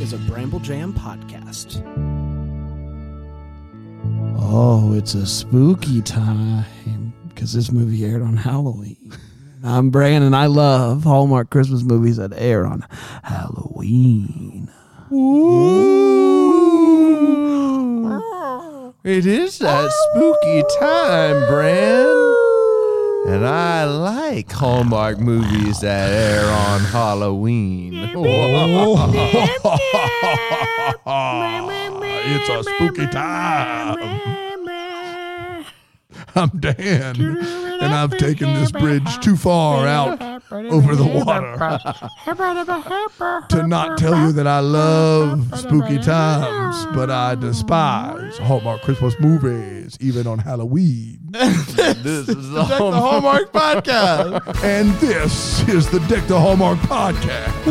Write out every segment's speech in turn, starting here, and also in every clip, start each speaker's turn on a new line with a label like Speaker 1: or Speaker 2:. Speaker 1: is a Bramble Jam podcast.
Speaker 2: Oh, it's a spooky time because this movie aired on Halloween. I'm Brandon, and I love Hallmark Christmas movies that air on Halloween.
Speaker 3: It is that spooky time, Bran. And I like Hallmark movies that air on Halloween. Oh. it's a spooky Um, time. I'm Dan, and I've taken this bridge too far out over the water to not tell you that I love spooky times, but I despise Hallmark Christmas movies, even on Halloween.
Speaker 4: This is
Speaker 3: Deck the Hallmark Podcast. and this is the Deck the Hallmark Podcast.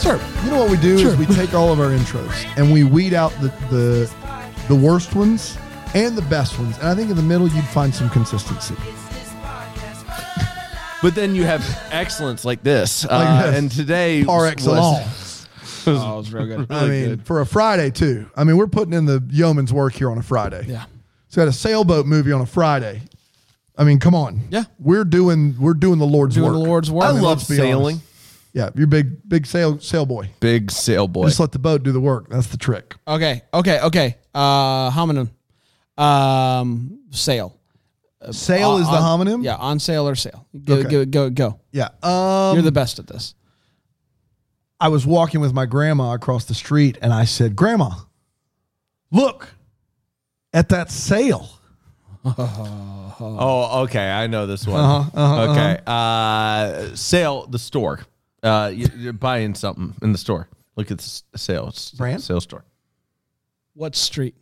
Speaker 3: Sir, you know what we do is we take all of our intros and we weed out the, the the worst ones and the best ones. And I think in the middle you'd find some consistency.
Speaker 4: But then you have excellence like this.
Speaker 3: Like
Speaker 4: Uh,
Speaker 3: this.
Speaker 4: And today
Speaker 3: Par
Speaker 4: was-
Speaker 3: excellence.
Speaker 2: Oh, it's real good.
Speaker 3: I mean, for a Friday too. I mean, we're putting in the yeoman's work here on a Friday.
Speaker 2: Yeah.
Speaker 3: So we got a sailboat movie on a Friday. I mean, come on.
Speaker 2: Yeah.
Speaker 3: We're doing we're doing the Lord's
Speaker 2: Doing
Speaker 3: work.
Speaker 2: the Lord's work.
Speaker 4: I
Speaker 3: mean,
Speaker 4: love
Speaker 3: let's be
Speaker 4: sailing.
Speaker 3: honest. Yeah, you're big big sail sail boy.
Speaker 4: Big sail boy.
Speaker 3: Just let the boat do the work. That's the trick.
Speaker 2: Okay, okay, okay. Uh, homonym. Um, sale.
Speaker 3: Sail is the
Speaker 2: On-
Speaker 3: homonym.
Speaker 2: Uh, Yeah, on sale or sale. Go,
Speaker 3: Okay.
Speaker 2: go, go, go.
Speaker 3: Yeah. Um,
Speaker 2: You're the best at this.
Speaker 3: I was walking with my grandma across the street, and I said, "Grandma, look at that sail."
Speaker 4: oh, okay. I know this one.
Speaker 3: Uh-huh, uh-huh,
Speaker 4: okay. Uh, sale, the store. Uh, you- you're buying something in the store. Look at the s- sales.
Speaker 3: Brand?
Speaker 4: Sales store.
Speaker 2: What street?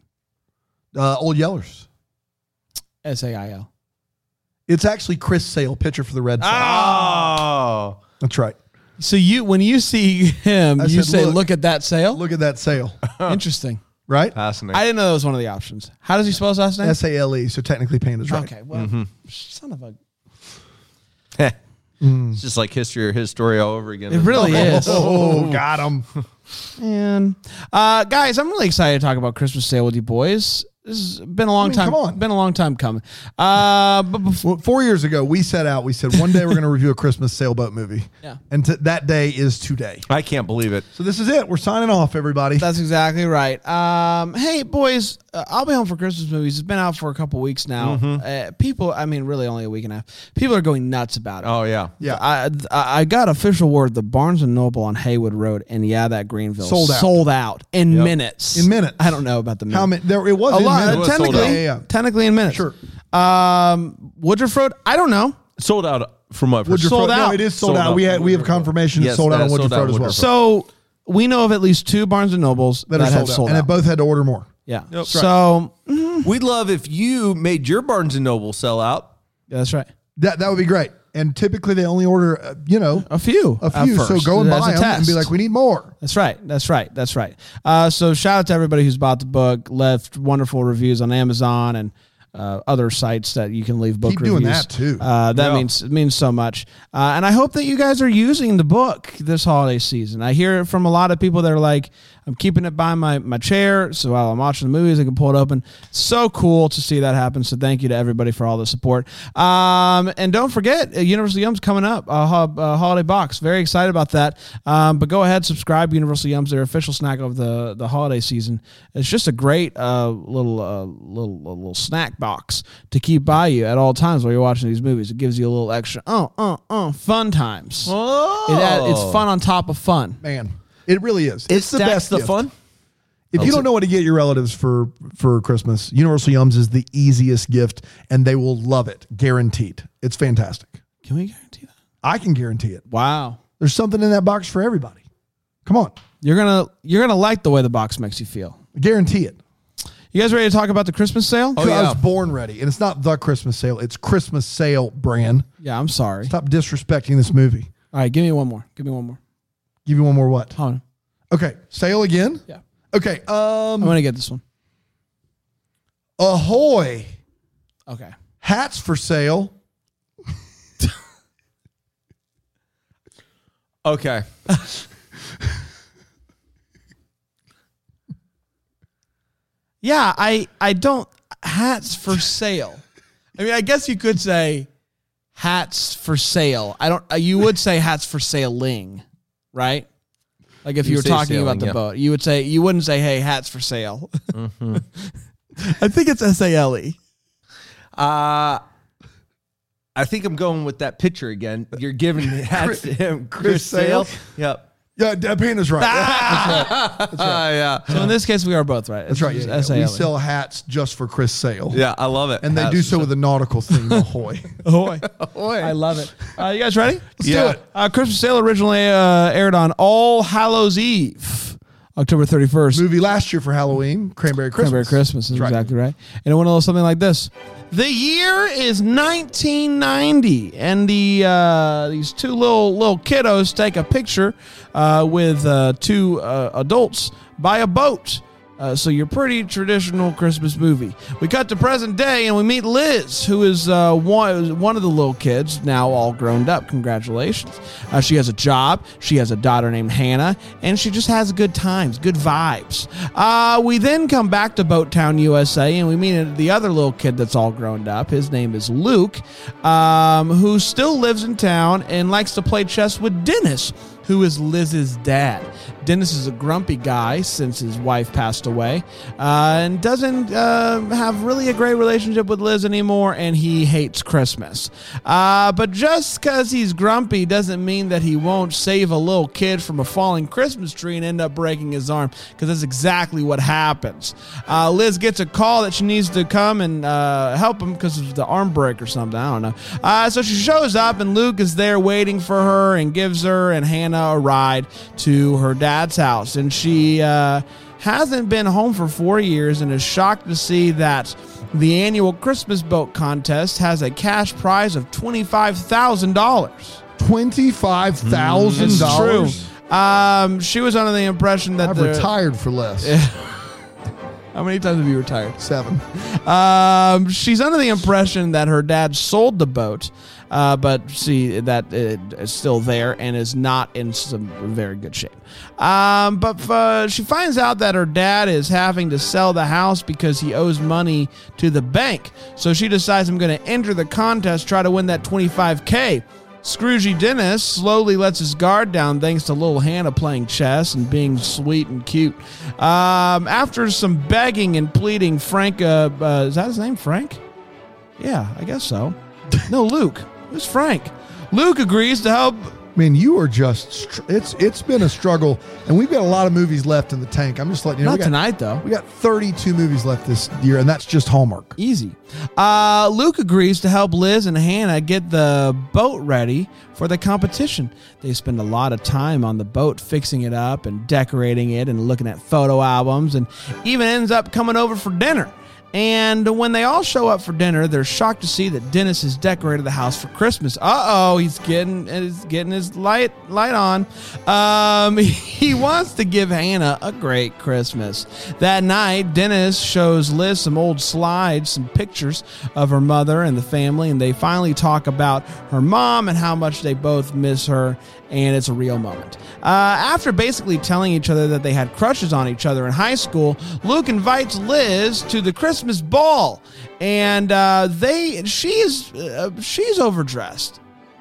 Speaker 3: Uh, Old Yellers.
Speaker 2: S A I L.
Speaker 3: It's actually Chris Sale, pitcher for the Red Sox.
Speaker 4: Ah. Oh.
Speaker 3: That's right.
Speaker 2: So you, when you see him,
Speaker 3: I
Speaker 2: you
Speaker 3: said,
Speaker 2: say,
Speaker 3: "Look."
Speaker 2: "Look, at that sale."
Speaker 3: Look at that sail,
Speaker 2: Interesting.
Speaker 3: right?
Speaker 4: Fascinating.
Speaker 2: I didn't know that was one of the options. How does he spell his last name?
Speaker 3: S A L E. So technically, Panda's right.
Speaker 2: Okay. Well, son of a.
Speaker 4: It's just like history or his story all over again.
Speaker 2: It really is.
Speaker 3: Oh, got him.
Speaker 2: Man, uh, guys, I'm really excited to talk about Christmas sale with you boys. This has been a long
Speaker 3: mean,
Speaker 2: time.
Speaker 3: come on.
Speaker 2: Been a long time coming. Uh, but before,
Speaker 3: Well, four years ago, we set out. We said one day we're going to review a Christmas sailboat movie.
Speaker 2: Yeah.
Speaker 3: And t- that day is today.
Speaker 4: I can't believe it.
Speaker 3: So this is it. We're signing off, everybody.
Speaker 2: that's exactly right. Um, hey boys, uh, I'll be home for Christmas movies. It's been out for a couple weeks now.
Speaker 3: Mm-hmm.
Speaker 2: Uh, people, I mean, really only a week and a half. People are going nuts about it.
Speaker 4: Oh, yeah.
Speaker 3: yeah.
Speaker 2: I, I I got official word the Barnes and Noble on Haywood Road and yeah that Greenville
Speaker 3: Sold out.
Speaker 2: sold out in minutes
Speaker 3: In minutes.
Speaker 2: I don't know about the minutes.
Speaker 3: How many? There it was
Speaker 2: a
Speaker 3: in
Speaker 2: lot
Speaker 3: minutes.
Speaker 4: was sold
Speaker 2: technically
Speaker 4: out.
Speaker 3: Yeah, yeah, yeah.
Speaker 2: technically in minutes
Speaker 3: Sure.
Speaker 2: um Woodruff Road I don't know
Speaker 4: Sold out from what?
Speaker 3: Woodruff
Speaker 2: Sold
Speaker 3: Road-
Speaker 2: out.
Speaker 3: No, it is sold,
Speaker 4: Sold
Speaker 3: out.
Speaker 4: out.
Speaker 3: We had we have
Speaker 4: Woodruff Road.
Speaker 3: confirmation it's
Speaker 4: Yes,
Speaker 3: sold out
Speaker 4: that
Speaker 3: on
Speaker 4: is
Speaker 3: Woodruff
Speaker 4: sold
Speaker 3: Road
Speaker 4: out
Speaker 3: as well.
Speaker 4: on Woodruff
Speaker 2: so we know of at least two Barnes and Nobles
Speaker 3: that
Speaker 2: that,
Speaker 3: are
Speaker 2: have
Speaker 3: sold, out,
Speaker 2: sold
Speaker 3: and
Speaker 2: out,
Speaker 3: they both had to order more.
Speaker 2: yeah
Speaker 4: That's right.
Speaker 2: so mm,
Speaker 4: We'd love if you made your Barnes and Noble sell out.
Speaker 2: yeah, that's right
Speaker 3: That that would be great. And typically they only order, uh, you know,
Speaker 2: a few
Speaker 3: a
Speaker 2: at
Speaker 3: few. So
Speaker 2: first
Speaker 3: go and
Speaker 2: as
Speaker 3: buy
Speaker 2: a
Speaker 3: them and be
Speaker 2: test.
Speaker 3: like, we need more.
Speaker 2: That's right. That's right. That's right. Uh, so shout out to everybody who's bought the book, left wonderful reviews on Amazon and uh, other sites that you can leave book
Speaker 3: Keep
Speaker 2: reviews.
Speaker 3: doing that, too.
Speaker 2: Uh, that
Speaker 4: Yeah.
Speaker 2: means it means so much. Uh, and I hope that you guys are using the book this holiday season. I hear it from a lot of people that are like, I'm keeping it by my, my chair, so while I'm watching the movies, I can pull it open. So cool to see that happen. So thank you to everybody for all the support. Um, and don't forget, uh, Universal Yum's coming up, a, ho- a holiday box. Very excited about that. Um, but go ahead, subscribe. Universal Yum's their official snack of the, the holiday season. It's just a great uh, little uh, little little snack box to keep by you at all times while you're watching these movies. It gives you a little extra oh oh oh fun times.
Speaker 4: Oh.
Speaker 2: It add- it's fun on top of fun.
Speaker 3: Man, it really is. It's the
Speaker 4: Stacks
Speaker 3: best
Speaker 4: the
Speaker 3: gift.
Speaker 4: fun.
Speaker 3: If you don't know what to get your relatives for for Christmas, Universal Yums is the easiest gift, and they will love it, guaranteed. It's fantastic.
Speaker 2: Can we guarantee that?
Speaker 3: I can guarantee it.
Speaker 2: Wow.
Speaker 3: There's something in that box for everybody. Come on,
Speaker 2: You're gonna you're gonna like the way the box makes you feel.
Speaker 3: guarantee it.
Speaker 2: You guys ready to talk about the Christmas sale?
Speaker 3: So I
Speaker 4: Oh, yeah.
Speaker 3: was born ready, and it's not the Christmas sale; it's Christmas sale brand.
Speaker 2: Yeah, I'm sorry.
Speaker 3: Stop disrespecting this movie.
Speaker 2: All right, give me one more. Give me one more.
Speaker 3: Give you one more what?
Speaker 2: Hold on.
Speaker 3: Okay, sale again.
Speaker 2: Yeah.
Speaker 3: Okay.
Speaker 2: I'm
Speaker 3: Um,
Speaker 2: gonna get this one.
Speaker 3: ahoy!
Speaker 2: Okay.
Speaker 3: Hats for sale.
Speaker 4: Okay.
Speaker 2: Yeah, I I don't hats for sale. I mean, I guess you could say hats for sale. I don't. uh, You would say hats for sailing, right? Like if you,
Speaker 4: You
Speaker 2: were
Speaker 4: say
Speaker 2: talking about
Speaker 4: sailing,
Speaker 2: the
Speaker 4: yeah.
Speaker 2: boat, you would say you wouldn't say, "Hey, hats for sale."
Speaker 3: Mm-hmm.
Speaker 2: I think it's S A L E.
Speaker 4: Uh I think I'm going with that picture again. You're giving hats to him, Chris,
Speaker 3: Chris
Speaker 4: Sale.
Speaker 3: Sale?
Speaker 4: Yep.
Speaker 3: Yeah, Deb Hannah's right.
Speaker 4: Ah, yeah.
Speaker 2: So in this case, we are both right.
Speaker 3: That's right. Yeah,
Speaker 2: S A
Speaker 3: we
Speaker 2: L E.
Speaker 3: sell hats just for Chris Sale.
Speaker 4: Yeah, I love it.
Speaker 3: And they
Speaker 4: Hats.
Speaker 3: do so with a nautical theme, ahoy.
Speaker 2: Ahoy. Oh,
Speaker 3: Oh,
Speaker 2: I love it. Uh, you guys ready? Let's
Speaker 4: do Yeah.
Speaker 3: it.
Speaker 2: Uh, Christmas Sale originally uh, aired on All Hallows Eve, October 31st.
Speaker 3: Movie last year for Halloween, Cranberry Christmas.
Speaker 2: Cranberry Christmas is
Speaker 3: That's right.
Speaker 2: exactly right. And it went a little something like this. The year is 1990, and the uh, these two little little kiddos take a picture uh, with uh, two uh, adults by a boat. Uh, so your pretty traditional Christmas movie. We cut to present day, and we meet Liz, who is uh, one one of the little kids, now all grown up. Congratulations! Uh, she has a job. She has a daughter named Hannah, and she just has good times, good vibes. Uh, we then come back to Boat Town, USA, and we meet the other little kid that's all grown up. His name is Luke, um, who still lives in town and likes to play chess with Dennis, who is Liz's dad. Dennis is a grumpy guy since his wife passed away uh, and doesn't uh, have really a great relationship with Liz anymore, and he hates Christmas. Uh, but just because he's grumpy doesn't mean that he won't save a little kid from a falling Christmas tree and end up breaking his arm, because that's exactly what happens. Uh, Liz gets a call that she needs to come and uh, help him because of the arm break or something. I don't know. Uh, so she shows up, and Luke is there waiting for her and gives her and Hannah a ride to her dad's house. And she uh, hasn't been home for four years and is shocked to see that the annual Christmas boat contest has a cash prize of $25,000. Mm, It's
Speaker 3: $25,000.
Speaker 2: true. Um, she was under the impression that
Speaker 3: I've
Speaker 2: the-
Speaker 3: retired for less.
Speaker 2: How many times have you retired?
Speaker 3: Seven.
Speaker 2: Um, she's under the impression that her dad sold the boat, uh, but see that it is still there and is not in some very good shape. Um, but uh, she finds out that her dad is having to sell the house because he owes money to the bank. So she decides I'm going to enter the contest, try to win that 25k. Scroogey Dennis slowly lets his guard down thanks to little Hannah playing chess and being sweet and cute. Um, after some begging and pleading, Frank, uh, uh, is that his name, Frank? Yeah, I guess so. No, Luke. Who's Frank? Luke agrees to help.
Speaker 3: Man, you are just, str- it's it's been a struggle, and we've got a lot of movies left in the tank. I'm just letting you know.
Speaker 2: Not
Speaker 3: we got,
Speaker 2: tonight, though.
Speaker 3: We got 32 movies left this year, and that's just Hallmark.
Speaker 2: Easy. Uh, Luke agrees to help Liz and Hannah get the boat ready for the competition. They spend a lot of time on the boat fixing it up and decorating it and looking at photo albums and even ends up coming over for dinner. And when they all show up for dinner, they're shocked to see that Dennis has decorated the house for Christmas. Uh oh, he's getting he's getting his light light on. Um, he wants to give Hannah a great Christmas. That night, Dennis shows Liz some old slides, some pictures of her mother and the family, and they finally talk about her mom and how much they both miss her. And it's a real moment. Uh, after basically telling each other that they had crushes on each other in high school, Luke invites Liz to the Christmas ball, and uh, they she is uh, she's overdressed.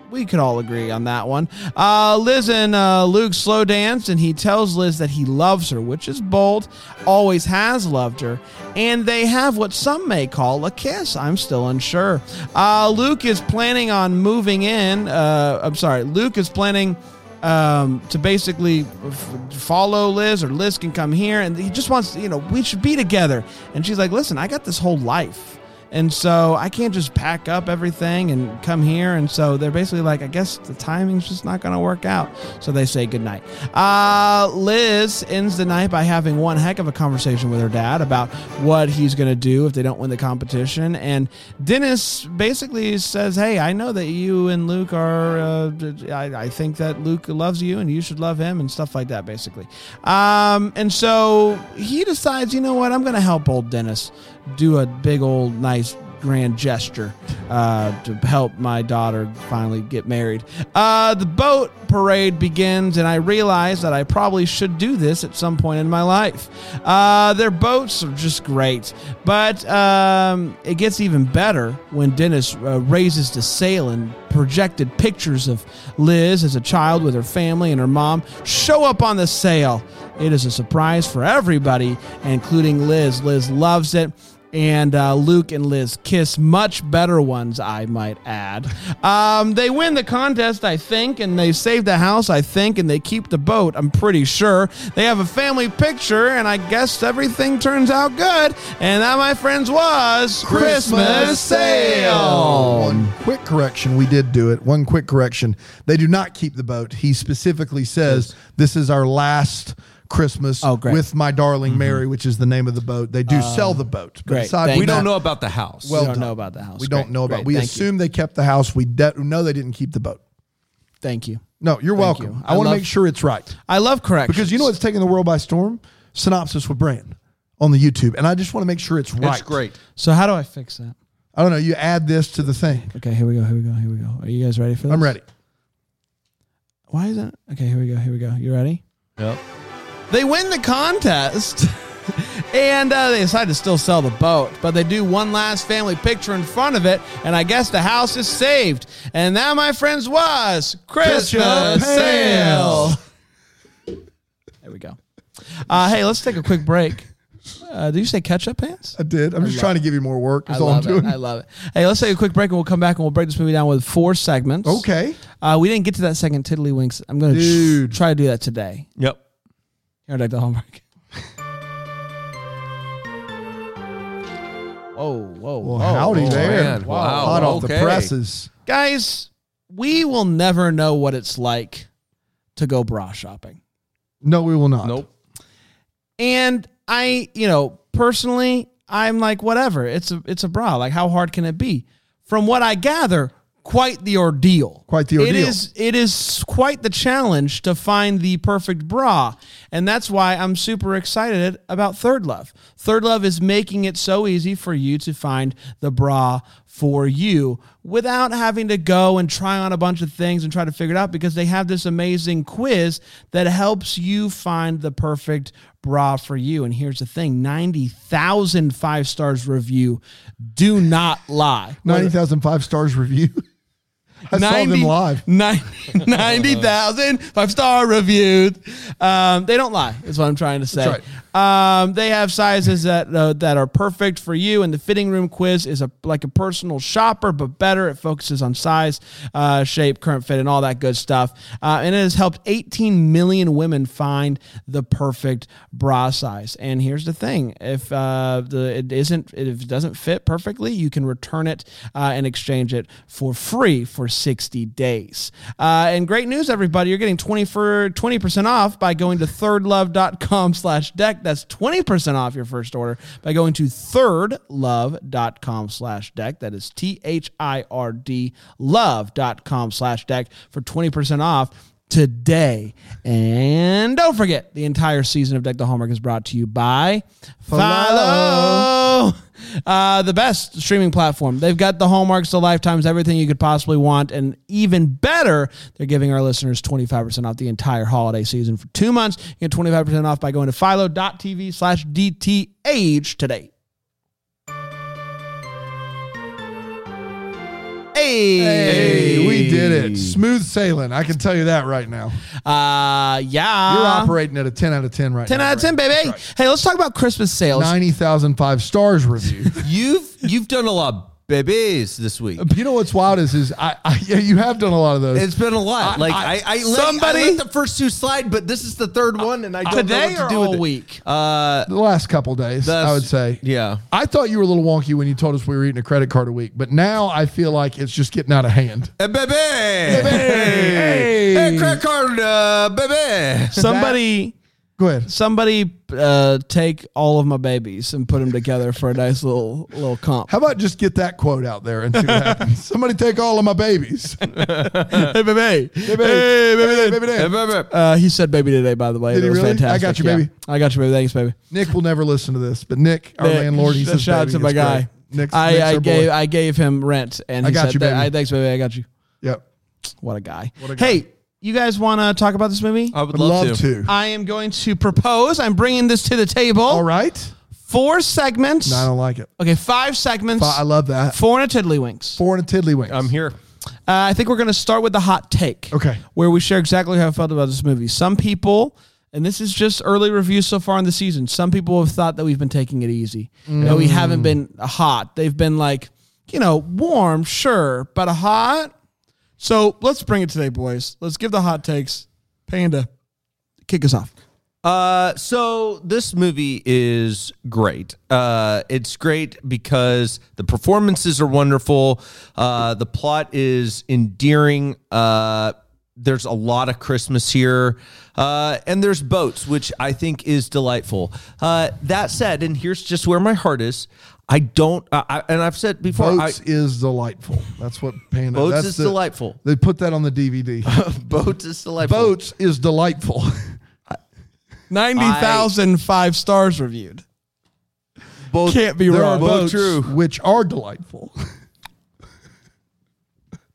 Speaker 2: We could all agree on that one. Uh, Liz and uh, Luke slow dance, and he tells Liz that he loves her, which is bold, always has loved her, and they have what some may call a kiss. I'm still unsure. Uh, Luke is planning on moving in. Uh, I'm sorry, Luke is planning um, to basically f- follow Liz, or Liz can come here, and he just wants, you know, we should be together. And she's like, listen, I got this whole life. And so I can't just pack up everything and come here. And so they're basically like, I guess the timing's just not going to work out. So they say goodnight. Uh, Liz ends the night by having one heck of a conversation with her dad about what he's going to do if they don't win the competition. And Dennis basically says, Hey, I know that you and Luke are, uh, d- I, I think that Luke loves you and you should love him and stuff like that, basically. Um, and so he decides, you know what, I'm going to help old Dennis do a big old nice grand gesture uh, to help my daughter finally get married. Uh, the boat parade begins, and I realize that I probably should do this at some point in my life. Uh, their boats are just great, but um, it gets even better when Dennis uh, raises the sail and projected pictures of Liz as a child with her family and her mom show up on the sail. It is a surprise for everybody, including Liz. Liz loves it. And uh, Luke and Liz kiss much better ones, I might add. Um, they win the contest, I think, and they save the house, I think, and they keep the boat, I'm pretty sure. They have a family picture, and I guess everything turns out good. And that, my friends, was Christmas Sale.
Speaker 3: One quick correction. We did do it. One quick correction. They do not keep the boat. He specifically says this is our last Christmas
Speaker 2: Oh, great. Uh,
Speaker 3: with my darling Mary, which is the name of the boat. They do sell the boat. But
Speaker 2: great.
Speaker 3: aside
Speaker 2: Thank
Speaker 3: from
Speaker 4: We don't
Speaker 3: that-
Speaker 4: know about the house.
Speaker 3: Well
Speaker 2: we don't
Speaker 3: done.
Speaker 2: know about the house.
Speaker 3: We
Speaker 2: Great,
Speaker 3: don't know about.
Speaker 2: great.
Speaker 3: We
Speaker 2: Thank you.
Speaker 3: assume they kept the house. We de- no, they didn't keep the boat.
Speaker 2: Thank you.
Speaker 3: No, you're welcome.
Speaker 2: you.
Speaker 3: I,
Speaker 2: I
Speaker 3: want to
Speaker 2: love-
Speaker 3: make sure it's right
Speaker 2: I love corrections
Speaker 3: because you know what's taking the world by storm. Synopsis with Brand on the YouTube, and I just want to make sure it's right.
Speaker 4: It's great.
Speaker 2: So how do I fix that?
Speaker 3: I don't know. You add this to the thing.
Speaker 2: Okay, here we go. Here we go. Here we go. Are you guys ready for this?
Speaker 3: I'm ready.
Speaker 2: Why is that? Okay, here we go. Here we go. You ready?
Speaker 4: Yep.
Speaker 2: They win the contest. And uh, they decide to still sell the boat, but they do one last family picture in front of it, and I guess the house is saved. And that, my friends, was Christmas
Speaker 3: Christmas
Speaker 2: sale.
Speaker 3: sale.
Speaker 2: There we go. Uh, hey, let's take a quick break. Uh, did you say ketchup pants?
Speaker 3: I did. I'm just trying to give you more work. That's
Speaker 2: I
Speaker 3: all I'm
Speaker 2: love
Speaker 3: doing.
Speaker 2: it. I love it. Hey, let's take a quick break and we'll come back and we'll break this movie down with four segments.
Speaker 3: okay.
Speaker 2: Uh, we didn't get to that second Tiddlywinks. I'm going to
Speaker 3: Dude.
Speaker 2: tr- try to do that today.
Speaker 4: Yep.
Speaker 2: Here, Dr. Hallmark. whoa, whoa,
Speaker 3: Well,
Speaker 2: whoa.
Speaker 3: howdy
Speaker 4: oh,
Speaker 3: there.
Speaker 4: man. Wow.
Speaker 3: Hot off the
Speaker 4: Okay.
Speaker 3: presses.
Speaker 2: Guys, we will never know what it's like to go bra shopping.
Speaker 3: No, we will not.
Speaker 4: Nope.
Speaker 2: And I, you know, personally, I'm like, whatever. It's a it's a bra. Like, how hard can it be? From what I gather, quite the ordeal.
Speaker 3: Quite the
Speaker 2: It
Speaker 3: ordeal.
Speaker 2: is it is quite the challenge to find the perfect bra. And that's why I'm super excited about Third Love. Third Love is making it so easy for you to find the bra for you without having to go and try on a bunch of things and try to figure it out because they have this amazing quiz that helps you find the perfect bra for you. And here's the thing 90,000 five stars review do not lie.
Speaker 3: 90,000 five stars review. I saw them live.
Speaker 2: 90,000 five star reviewed. Um, they don't lie, is what I'm trying to say.
Speaker 3: That's
Speaker 2: um, they have sizes that uh, that are perfect for you, and the fitting room quiz is a like a personal shopper, but better. It focuses on size, uh, shape, current fit, and all that good stuff. Uh, and it has helped 18 million women find the perfect bra size. And here's the thing: if uh, the it isn't if it doesn't fit perfectly, you can return it uh, and exchange it for free for 60 days. Uh, and great news, everybody! You're getting 20 for 20% off by going to thirdlove.com slash deck. That's 20% off your first order by going to thirdlove.com slash deck. That is T-H-I-R-D love.com slash deck for 20% off today. And don't forget, the entire season of Deck the Hallmark is brought to you by Philo. Uh, the best streaming platform. They've got the hallmarks, the lifetimes, everything you could possibly want. And even better, they're giving our listeners 25% off the entire holiday season for two months. You get 25% off by going to philo.tv slash DTH today. Hey.
Speaker 3: Hey, we did it. Smooth sailing. I can tell you that right now.
Speaker 2: Uh, yeah.
Speaker 3: You're operating at a 10 out of 10 right
Speaker 2: 10
Speaker 3: now.
Speaker 2: out of 10,
Speaker 3: right?
Speaker 2: baby. Hey, let's talk about Christmas sales.
Speaker 3: 90,000 five stars review.
Speaker 4: You've you've done a lot of babies this week.
Speaker 3: you know what's wild is, is I, I yeah, you have done a lot of those.
Speaker 4: It's been a lot.
Speaker 3: I-
Speaker 4: like
Speaker 3: I-
Speaker 4: I, Uh, I, let,
Speaker 2: Somebody-
Speaker 4: I let the first two slide, but this is the third one, and I don't know
Speaker 2: Today
Speaker 4: what to
Speaker 2: or
Speaker 4: do
Speaker 2: all
Speaker 4: with it.
Speaker 2: week?
Speaker 4: Uh,
Speaker 3: the last couple days, I
Speaker 4: that's-
Speaker 3: would say.
Speaker 4: Yeah.
Speaker 3: I thought you were a little wonky when you told us we were eating a credit card a week, but now I feel like it's just getting out of hand.
Speaker 4: Hey, baby. Hey,
Speaker 3: Hey.
Speaker 4: credit card, uh, baby.
Speaker 2: somebody,
Speaker 3: Go ahead.
Speaker 2: somebody, uh, take all of my babies and put them together for a nice little little comp.
Speaker 3: How about just get that quote out there and see what happens? Somebody take all of my babies.
Speaker 2: hey, baby.
Speaker 3: Hey, baby, Dan.
Speaker 4: Hey, baby.
Speaker 2: Uh, he said baby today, by the way.
Speaker 3: Did
Speaker 2: it
Speaker 3: he
Speaker 2: was
Speaker 3: really? I
Speaker 2: fantastic.
Speaker 3: got you,
Speaker 2: Yeah.
Speaker 3: baby.
Speaker 2: I got you, baby. Thanks, baby.
Speaker 3: Nick will never listen to this, but Nick, our
Speaker 2: Nick,
Speaker 3: landlord, he says,
Speaker 2: shout out
Speaker 3: "Baby,
Speaker 2: to my
Speaker 3: it's
Speaker 2: guy.
Speaker 3: great." Nick's,
Speaker 2: I,
Speaker 3: Nick's
Speaker 2: I
Speaker 3: our boy.
Speaker 2: gave I gave him rent, and
Speaker 3: I
Speaker 2: he
Speaker 3: got
Speaker 2: said,
Speaker 3: you,
Speaker 2: that-
Speaker 3: baby.
Speaker 2: I, "Thanks, baby. I got you."
Speaker 3: Yep.
Speaker 2: What a guy!
Speaker 3: What a guy.
Speaker 2: Hey, you guys want to talk about this movie?
Speaker 4: I would
Speaker 3: I'd
Speaker 4: love,
Speaker 3: love
Speaker 4: to.
Speaker 3: to.
Speaker 2: I am going to propose. I'm bringing this to the table.
Speaker 3: All right.
Speaker 2: Four segments.
Speaker 3: No, I don't like it.
Speaker 2: okay, five segments.
Speaker 3: But I love that.
Speaker 2: Four and a tiddlywinks.
Speaker 3: Four and a tiddlywink.
Speaker 4: I'm here.
Speaker 2: Uh, I think we're going to start with the hot take.
Speaker 3: Okay.
Speaker 2: Where we share exactly how I felt about this movie. Some people, and this is just early reviews so far in the season, some people have thought that we've been taking it easy, that we haven't been hot. They've been like, you know, warm, sure, but hot. So let's bring it today, boys. Let's give the hot takes. Panda, kick us off.
Speaker 4: Uh, so this movie is great. Uh, it's great because the performances are wonderful. Uh, the plot is endearing. Uh, there's a lot of Christmas here, uh, and there's boats, which I think is delightful. Uh, that said, and here's just where my heart is. I don't, I, I, and I've said before,
Speaker 3: Boats is delightful. That's what Panda.
Speaker 4: Boats
Speaker 3: that's
Speaker 4: is
Speaker 3: the-
Speaker 4: delightful.
Speaker 3: They put that on the DVD.
Speaker 4: I, boats is delightful.
Speaker 3: Boats is delightful.
Speaker 2: 90,000 five stars reviewed.
Speaker 4: Both-
Speaker 2: Can't be
Speaker 3: There
Speaker 2: wrong.
Speaker 3: are boats
Speaker 4: true.
Speaker 3: which are delightful.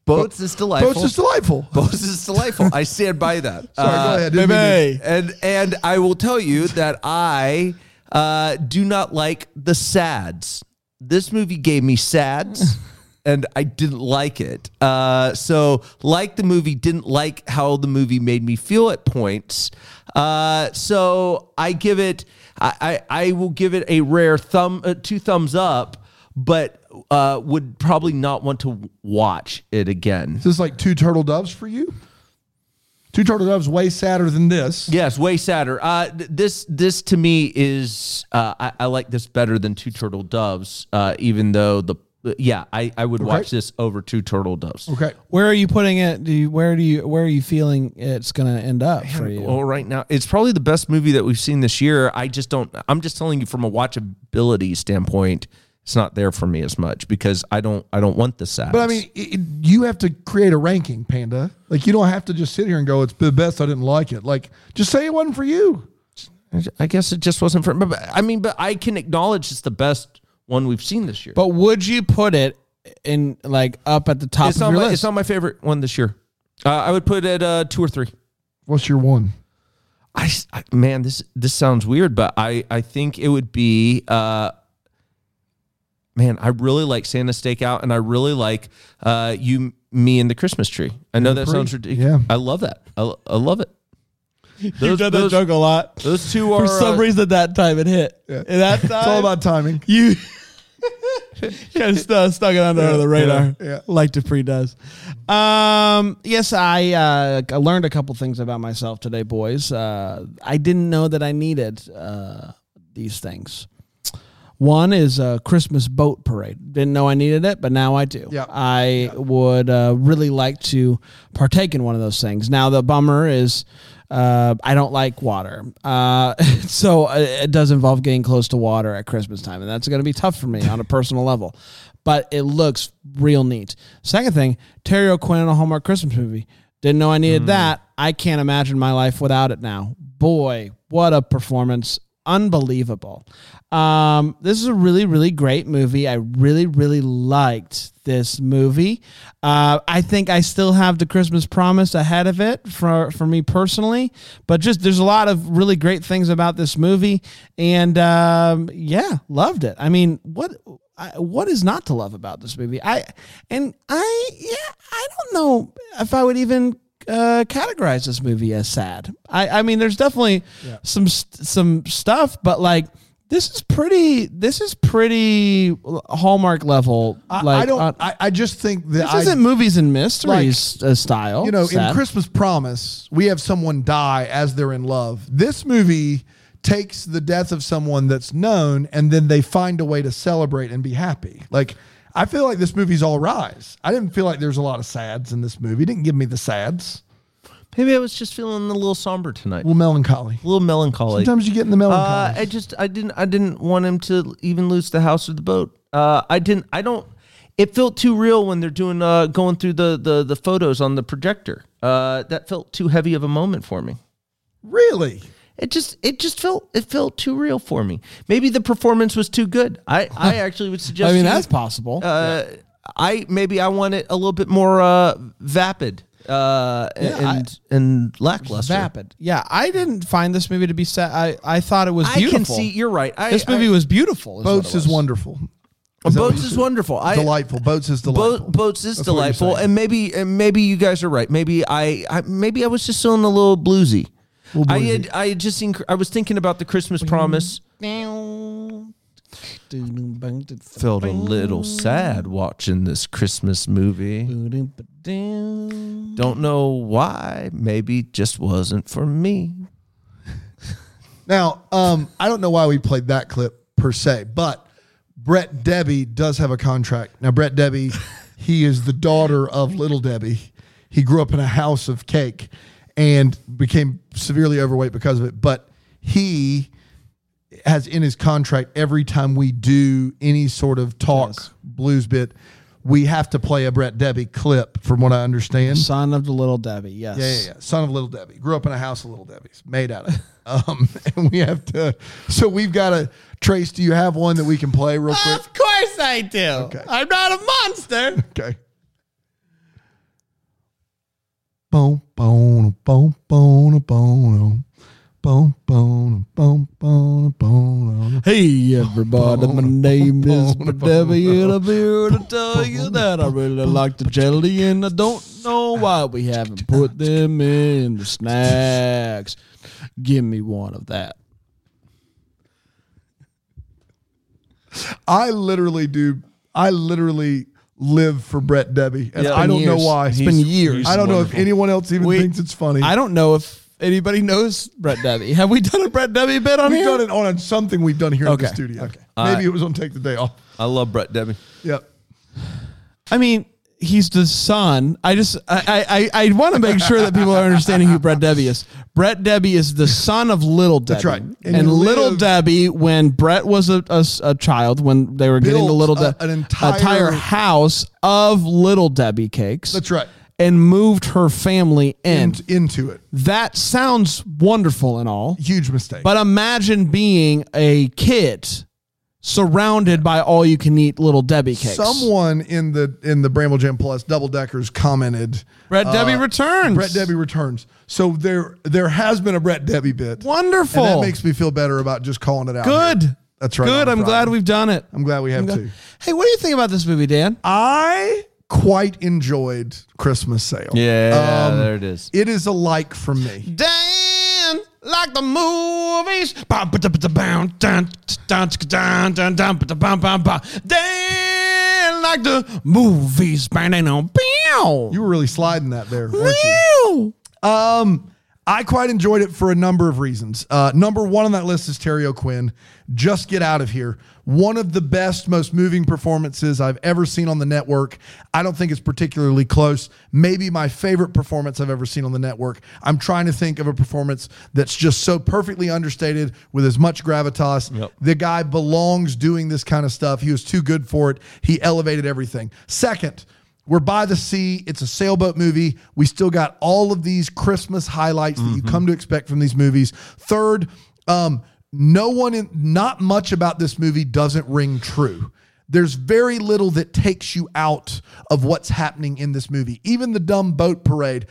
Speaker 4: boats is delightful.
Speaker 3: Boats is delightful.
Speaker 4: Boats is delightful. I stand by that.
Speaker 3: Sorry,
Speaker 4: Uh,
Speaker 3: go ahead. Didn't mean to-
Speaker 2: Baby.
Speaker 4: And and I will tell you that I uh, do not like the sads. This movie gave me sads, and I didn't like it. Uh, so, like the movie, didn't like how the movie made me feel at points. Uh, so I give it. I, I I will give it a rare thumb, uh, two thumbs up, but uh, would probably not want to watch it again.
Speaker 3: This is like two turtle doves for you. Two turtle doves way sadder than this.
Speaker 4: Yes, way sadder. Uh, th- this this to me is uh, I, I like this better than Two Turtle Doves. Uh, even though the yeah, I, I would watch this over Two Turtle Doves.
Speaker 3: Okay.
Speaker 2: Where are you putting it? Do you, where do you where are you feeling it's going to end up for you?
Speaker 4: Well, right now it's probably the best movie that we've seen this year. I just don't. I'm just telling you from a watchability standpoint, it's not there for me as much because I don't I don't want the sad.
Speaker 3: But I mean, it, it- you have to create a ranking, Panda. Like you don't have to just sit here and go, "It's the best." I didn't like it. Like just say it wasn't for you.
Speaker 4: I guess it just wasn't for. But, but I mean, but I can acknowledge it's the best one we've seen this year.
Speaker 2: But would you put it in like up at the top
Speaker 4: it's
Speaker 2: of
Speaker 4: not
Speaker 2: your
Speaker 4: my,
Speaker 2: list?
Speaker 4: it's not my favorite one this year. Uh, I would put it uh, two or three.
Speaker 3: What's your one?
Speaker 4: I, s- I- man, this this sounds weird, but I I think it would be uh, man, I really like Santa Stakeout, and I really like uh, you, me, and the Christmas tree. I know that
Speaker 3: Free.
Speaker 4: sounds ridiculous.
Speaker 3: Yeah.
Speaker 4: I love that. I, lo- I love it. Those, those,
Speaker 2: a lot.
Speaker 4: those two are
Speaker 2: For some
Speaker 4: uh,
Speaker 2: reason, that time it hit. And that time,
Speaker 3: It's all about timing.
Speaker 2: you. Just uh, stuck it under the radar,
Speaker 3: yeah, yeah.
Speaker 2: like Dupree does. Um, yes, I, uh, I learned a couple things about myself today, boys. Uh, I didn't know that I needed uh, these things. One is a Christmas boat parade. Didn't know I needed it, but now I do.
Speaker 3: Yep.
Speaker 2: I would uh, really like to partake in one of those things. Now the bummer is uh, I don't like water, uh, so uh, it does involve getting close to water at Christmas time, and that's going to be tough for me on a personal level. But it looks real neat. Second thing, Terry O'Quinn in a Hallmark Christmas movie. Didn't know I needed that. I can't imagine my life without it now. Boy, what a performance! Unbelievable. Um, this is a really, really great movie. I really, really liked this movie. Uh, I think I still have the Christmas promise ahead of it for, for me personally, but just there's a lot of really great things about this movie. And um, yeah, loved it. I mean, what I, what is not to love about this movie? I and I yeah, I don't know if I would even uh, categorize this movie as sad. I I mean, there's definitely some st- some stuff, but like this is pretty. This is pretty Hallmark level.
Speaker 3: I,
Speaker 2: like
Speaker 3: I don't.
Speaker 2: uh,
Speaker 3: I, I just think that
Speaker 2: this
Speaker 3: I,
Speaker 2: isn't movies and mysteries uh, style.
Speaker 3: you know, in
Speaker 2: sad.
Speaker 3: Christmas Promise, we have someone die as they're in love. This movie takes the death of someone that's known and then they find a way to celebrate and be happy. Like, I feel like this movie's all rise. I didn't feel like there's a lot of sads in this movie. It didn't give me the sads.
Speaker 4: maybe I was just feeling a little somber tonight,
Speaker 3: Well, melancholy.
Speaker 4: a little melancholy.
Speaker 3: Sometimes you get in the
Speaker 4: Uh,
Speaker 3: melancholy.
Speaker 4: I just I didn't I didn't want him to even lose the house or the boat. Uh, I didn't I don't. It felt too real when they're doing uh, going through the, the the photos on the projector. Uh, that felt too heavy of a moment for me.
Speaker 3: really?
Speaker 4: It just it just felt it felt too real for me. Maybe the performance was too good. I I actually would suggest.
Speaker 2: I mean,
Speaker 4: you-
Speaker 2: that's possible.
Speaker 4: uh, I maybe I want it a little bit more uh, vapid uh, and and lackluster.
Speaker 2: Vapid. Yeah, I didn't find this movie to be sad. I, I thought it was
Speaker 4: I
Speaker 2: beautiful.
Speaker 4: can see. You're right. I,
Speaker 2: this movie
Speaker 4: I,
Speaker 2: was beautiful. what
Speaker 3: Boats
Speaker 2: it
Speaker 3: is
Speaker 2: was.
Speaker 3: wonderful. that what
Speaker 4: Boats
Speaker 3: you
Speaker 4: is
Speaker 3: said?
Speaker 4: wonderful. I,
Speaker 3: delightful. Boats is
Speaker 4: Bo-
Speaker 3: delightful.
Speaker 4: boats
Speaker 3: That's
Speaker 4: is
Speaker 3: what you're
Speaker 4: delightful,
Speaker 3: saying.
Speaker 4: and maybe and maybe you guys are right. Maybe I, I maybe I was just feeling a little bluesy.
Speaker 3: Little
Speaker 4: I
Speaker 3: bluesy.
Speaker 4: had I had just seen, I was thinking about the Christmas promise. Felt a little sad watching this Christmas movie. Don't know why. Maybe just wasn't for me.
Speaker 3: Now, um, I don't know why we played that clip per se, but Brett Debbie does have a contract. Now, Brett Debbie, he is the daughter of Little Debbie. He grew up in a house of cake and became severely overweight because of it. But he has in his contract every time we do any sort of talk blues bit, we have to play a Brett Debbie clip, from what I understand.
Speaker 2: Son of the Little Debbie. Yes.
Speaker 3: Yeah, yeah, yeah. Son of Little Debbie. Grew up in a house of Little Debbie's. Made out of it. Um, and we have to. So we've got to. Trace, do you have one that we can play real quick?
Speaker 2: Of course I do. I'm not a monster.
Speaker 3: Okay. Boom, boom, boom, boom, boom, boom, boom, boom, boom, boom.
Speaker 2: Hey everybody, my name is Debbie, and I'm here to tell you that I really like the jelly, and I don't know why we haven't put them in the snacks. Give me one of that.
Speaker 3: I literally do. I literally live for Brett Debbie, and
Speaker 4: Yeah.
Speaker 3: I don't know
Speaker 2: Years.
Speaker 3: why.
Speaker 2: It's been years.
Speaker 3: I don't know if anyone else even
Speaker 2: We-
Speaker 3: thinks it's funny.
Speaker 2: I don't know if anybody knows Brett Debbie. Have we done a Brett Debbie bit on
Speaker 3: We've
Speaker 2: here?
Speaker 3: done it on something we've done here in
Speaker 2: Okay,
Speaker 3: the studio.
Speaker 2: okay.
Speaker 3: Maybe it was on Take the Day Off.
Speaker 4: I love Brett Debbie.
Speaker 3: Yep.
Speaker 2: I mean, he's the son. I just I I, I want to make sure that people are understanding who Brett Debbie is. Brett Debbie is the son of Little Debbie.
Speaker 3: right.
Speaker 2: And,
Speaker 3: And he
Speaker 2: Little
Speaker 3: lived-
Speaker 2: Debbie, when Brett was a, a s- a child, when they were getting the
Speaker 3: Built
Speaker 2: Little
Speaker 3: a-
Speaker 2: Debbie,
Speaker 3: an entire-
Speaker 2: house of Little Debbie cakes.
Speaker 3: That's right.
Speaker 2: And moved her family in.
Speaker 3: And into it.
Speaker 2: that sounds wonderful and all.
Speaker 3: Huge mistake.
Speaker 2: But uh, imagine being a kid surrounded by all you can eat little Debbie cakes.
Speaker 3: someone in the in the Bramble Jam Plus double deckers commented
Speaker 2: Brett Debbie
Speaker 3: uh,
Speaker 2: returns.
Speaker 3: Brett Debbie returns. So there there has been a Brett Debbie bit.
Speaker 2: Wonderful.
Speaker 3: And that makes me feel better about just calling it out.
Speaker 2: Good.
Speaker 3: here. That's right.
Speaker 2: Good.
Speaker 3: on
Speaker 2: I'm
Speaker 3: Friday.
Speaker 2: glad we've done it.
Speaker 3: I'm glad we have two.
Speaker 2: Hey, what do you think about this movie, Dan?
Speaker 3: I quite enjoyed Christmas sale.
Speaker 4: Yeah,
Speaker 3: Um,
Speaker 4: there it is.
Speaker 3: It is a like from me.
Speaker 2: Dan, like the movies. Dan, like the movies.
Speaker 3: You were really sliding that there, weren't you?
Speaker 2: Pew.
Speaker 3: Um, I quite enjoyed it for a number of reasons. Uh, number one on that list is Terry O'Quinn. Just get out of here. One of the best, most moving performances I've ever seen on the network. I don't think it's particularly close. Maybe my favorite performance I've ever seen on the network. I'm trying to think of a performance that's just so perfectly understated with as much gravitas. The guy belongs doing this kind of stuff. He was too good for it. He elevated everything. Second, we're by the sea. It's a sailboat movie. We still got all of these Christmas highlights that you come to expect from these movies. Third, um, no one in, not much about this movie doesn't ring true. There's very little that takes you out of what's happening in this movie. Even the dumb boat parade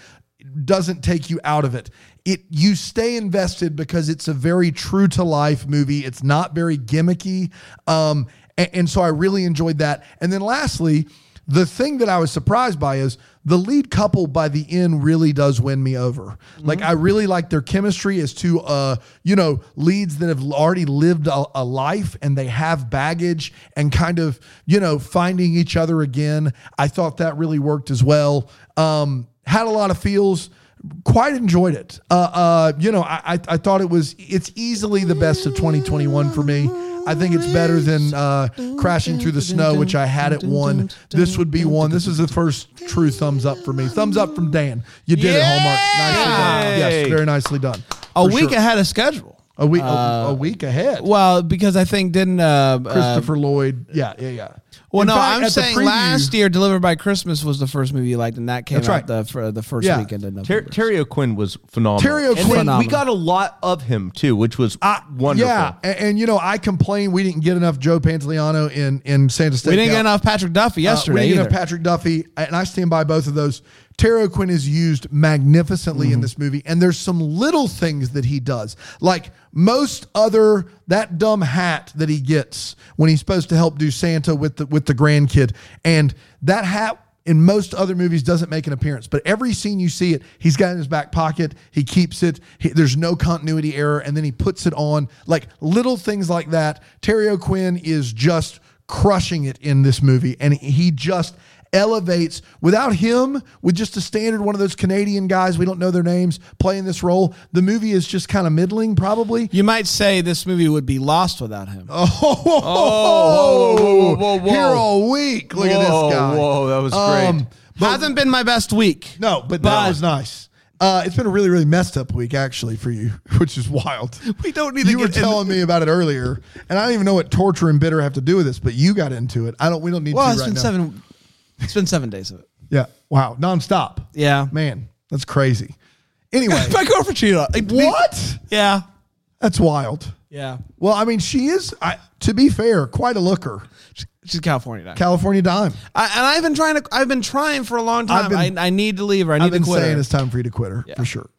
Speaker 3: doesn't take you out of it. It you stay invested because it's a very true to life movie. It's not very gimmicky, um, a- and, so I really enjoyed that. And then lastly, the thing that I was surprised by is the lead couple by the end really does win me over. Like I really like their chemistry as two, uh, you know, leads that have already lived a, a life and they have baggage and kind of you know finding each other again. I thought that really worked as well. Um, had a lot of feels quite enjoyed it uh, uh, you know I, I, I thought it was it's easily the best of 2021 for me i think it's better than uh, crashing through the snow which i had at one this would be one this is the first true thumbs up for me thumbs up from dan you did it hallmark nicely done yes very nicely done
Speaker 2: A
Speaker 3: For
Speaker 2: week
Speaker 3: sure.
Speaker 2: ahead of schedule.
Speaker 3: A week, a, a week ahead.
Speaker 2: Well, because I think didn't uh, uh
Speaker 3: Christopher Lloyd. Yeah, yeah, yeah.
Speaker 2: well
Speaker 3: In
Speaker 2: no,
Speaker 3: fact,
Speaker 2: I'm
Speaker 3: at the
Speaker 2: saying
Speaker 3: preview-
Speaker 2: last year Delivered by Christmas was the first movie you liked, and that came
Speaker 3: That's
Speaker 2: out
Speaker 3: right.
Speaker 2: the for the first
Speaker 3: Yeah.
Speaker 2: weekend of November.
Speaker 4: Ter- Terry O'Quinn was phenomenal.
Speaker 3: Terry
Speaker 4: And
Speaker 3: O'Quinn- Ah,
Speaker 4: we- we
Speaker 2: Phenomenal.
Speaker 4: got a lot of him too, which was wonderful.
Speaker 3: Yeah, and, and, you know, I complain we didn't get enough Joe Pantoliano in in Santa State.
Speaker 2: we didn't get enough Patrick Duffy yesterday
Speaker 3: we didn't
Speaker 2: either.
Speaker 3: get enough uh, Patrick Duffy, and I stand by both of those. Taro Quinn is used magnificently
Speaker 2: Mm-hmm.
Speaker 3: in this movie, and there's some little things that he does, like most other that dumb hat that he gets when he's supposed to help do Santa with the with the grandkid, and that hat. In most other movies, doesn't make an appearance, but every scene you see it, he's got it in his back pocket. He keeps it. He, there's no continuity error, and then he puts it on. Like little things like that. Terry O'Quinn is just crushing it in this movie, and he just elevates. Without him, with just a standard one of those Canadian guys, we don't know their names, playing this role, the movie is just kind of middling, probably.
Speaker 2: you might say this movie would be lost without him.
Speaker 3: Oh,
Speaker 2: whoa, whoa, whoa, whoa.
Speaker 3: here all week. Look at
Speaker 4: Oh, Whoa,
Speaker 3: this guy. Um,
Speaker 4: whoa, that was great.
Speaker 2: Hasn't been my best week.
Speaker 3: No, but that was nice. Uh, it's been a really, really messed up week actually for you, which is wild.
Speaker 2: We don't need to
Speaker 3: You were
Speaker 2: get in-
Speaker 3: telling me about it earlier, and I don't even know what torture and bitter have to do with this, but you got into it. I don't. We don't need
Speaker 2: Well,
Speaker 3: to
Speaker 2: it's
Speaker 3: right
Speaker 2: been
Speaker 3: now.
Speaker 2: seven. It's been seven days of it.
Speaker 3: Yeah. Wow. Nonstop.
Speaker 2: Yeah.
Speaker 3: Man, that's crazy. Anyway,
Speaker 2: My girlfriend cheated on
Speaker 3: what?
Speaker 2: Yeah.
Speaker 3: That's wild.
Speaker 2: Yeah.
Speaker 3: Well, I mean, she is, I, to be fair, quite a looker.
Speaker 2: She's California now.
Speaker 3: California dime.
Speaker 2: I, and I've been trying to. I've been trying for a long time.
Speaker 3: I've been-
Speaker 2: I, I need to leave her. I need
Speaker 3: I've been
Speaker 2: to quit.
Speaker 3: saying
Speaker 2: her.
Speaker 3: it's time for you to quit her for sure.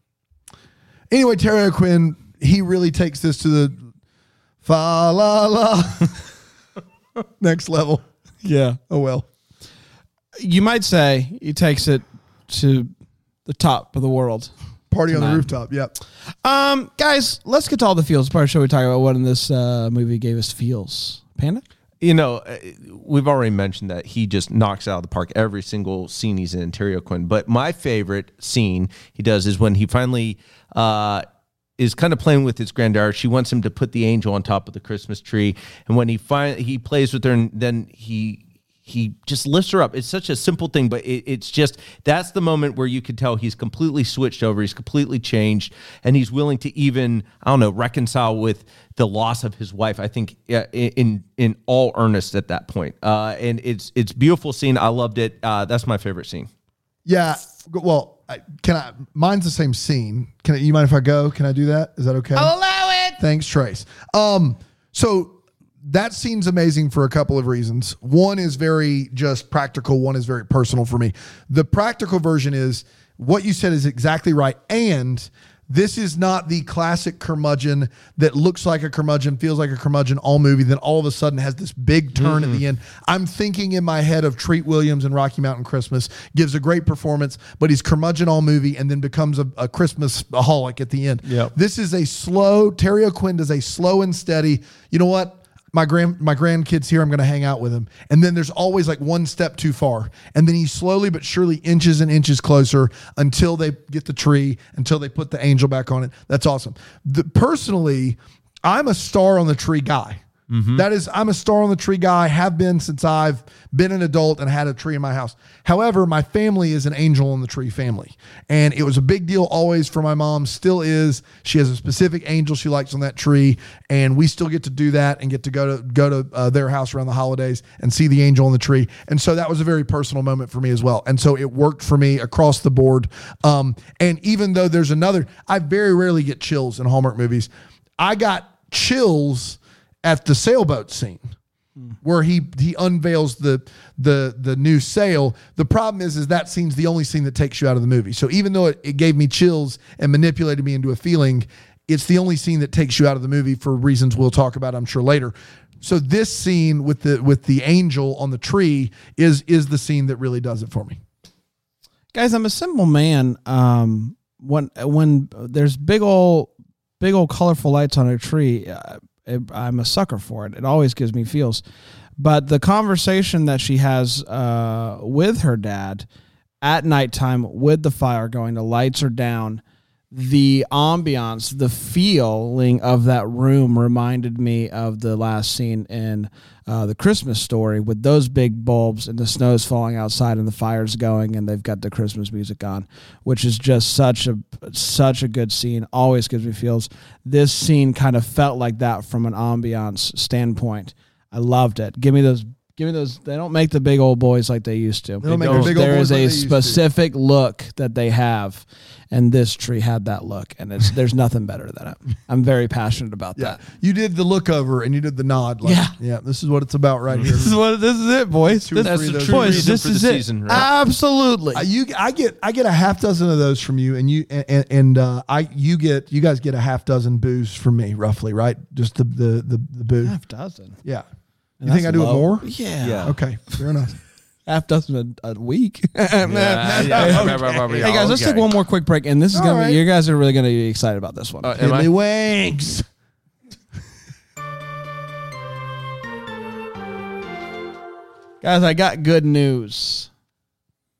Speaker 3: Anyway, Terry O'Quinn, he really takes this to the fa la la next level.
Speaker 2: Yeah.
Speaker 3: Oh well.
Speaker 2: You might say he takes it to the top of the world.
Speaker 3: Party on the rooftop. Yep.
Speaker 2: Um, guys, let's get to all the feels. Part of the show we talk about what in this uh, movie gave us feels. Panda.
Speaker 4: You know, uh, we've already mentioned that he just knocks it out of the park every single scene he's in, Terry O'Quinn. But my favorite scene he does is when he finally uh, is kind of playing with his granddaughter. She wants him to put the angel on top of the Christmas tree, and when he finally he plays with her, and then he he just lifts her up. It's such a simple thing, but it, it's just that's the moment where you could tell he's completely switched over, he's completely changed, and he's willing to even I don't know reconcile with the loss of his wife. I think yeah, in in- in all earnest at that point, uh, and it's it's beautiful scene. I loved it. Uh, that's my favorite scene.
Speaker 3: Yeah. g- Well, I, can I? Mine's the same scene. Can I, you mind if I go? Can I do that? Is that okay? I'll allow it. Thanks, Trace. Um. So that scene's amazing for a couple of reasons. One is very just practical. One is very personal for me. The practical version is what you said is exactly right, and this is not the classic curmudgeon that looks like a curmudgeon, feels like a curmudgeon all movie, then all of a sudden has this big turn at the end. I'm thinking in my head of Treat Williams in Rocky Mountain Christmas, gives a great performance, but he's curmudgeon all movie and then becomes a, a Christmas aholic at the end.
Speaker 4: Yep.
Speaker 3: This is a slow, Terry O'Quinn does a slow and steady, you know what? My grand my grandkids here. I'm going to hang out with him, and then there's always like one step too far, and then he slowly but surely inches and inches closer until they get the tree, until they put the angel back on it. That's awesome. The, personally, I'm a star on the tree guy. That is, I'm a star on the tree guy. Have been since I've been an adult and had a tree in my house. However, my family is an angel on the tree family, and it was a big deal always for my mom. Still is. She has a specific angel she likes on that tree, and we still get to do that and get to go to go to uh, their house around the holidays and see the angel on the tree. And so that was a very personal moment for me as well. And so it worked for me across the board. Um, and even though there's another, I very rarely get chills in Hallmark movies. I got chills at the sailboat scene where he he unveils the the the new sail. The problem is is that scene's the only scene that takes you out of the movie. So even though it, it gave me chills and manipulated me into a feeling, it's the only scene that takes you out of the movie for reasons we'll talk about I'm sure later. So this scene with the with the angel on the tree is is the scene that really does it for me.
Speaker 2: guys i'm a simple man um when when there's big old big old colorful lights on a tree uh, i'm a sucker for it it always gives me feels but the conversation that she has uh with her dad at nighttime with the fire going the lights are down the ambiance, the feeling of that room reminded me of the last scene in uh, the Christmas story with those big bulbs and the snow's falling outside and the fire's going and they've got the Christmas music on, which is just such a such a good scene. Always gives me feels. This scene kind of felt like that from an ambiance standpoint. I loved it. Give me those. Give me those. They don't make the big old boys like they used to.
Speaker 3: They don't make the
Speaker 2: There's-
Speaker 3: big old
Speaker 2: there is
Speaker 3: boys like they
Speaker 2: a
Speaker 3: used to.
Speaker 2: specific look that they have, and this tree had that look, and it's there's nothing better than it. I'm very passionate about
Speaker 3: Yeah.
Speaker 2: that.
Speaker 3: You did the look over and you did the nod. Like,
Speaker 2: Yeah. Mm-hmm.
Speaker 3: Yeah. This is what it's about right here.
Speaker 2: This is what this is it, boys.
Speaker 3: Two or
Speaker 2: This-
Speaker 3: three of those
Speaker 2: boys,
Speaker 3: reasons
Speaker 2: this
Speaker 4: for
Speaker 2: is
Speaker 4: the
Speaker 2: it.
Speaker 4: season, right?
Speaker 2: Absolutely.
Speaker 3: Uh, you, I get, I get a half dozen of those from you, and you, and, and uh, I, you get, you guys get a half dozen boos from me, roughly, right? Just the the the, the boo.
Speaker 2: half dozen.
Speaker 3: Yeah.
Speaker 2: And
Speaker 3: you think
Speaker 2: that's
Speaker 3: I do
Speaker 2: low.
Speaker 3: it more?
Speaker 2: Yeah.
Speaker 4: Yeah.
Speaker 3: Okay, fair enough.
Speaker 2: Half dozen a, a week.
Speaker 4: Yeah, yeah, yeah, yeah, yeah, yeah,
Speaker 2: Hey guys, let's
Speaker 4: okay.
Speaker 2: take one more quick break, and this is
Speaker 3: All
Speaker 2: gonna
Speaker 3: right.
Speaker 2: be you guys are really gonna be excited about this one.
Speaker 4: Uh, am I?
Speaker 3: wanks.
Speaker 2: guys, I got good news.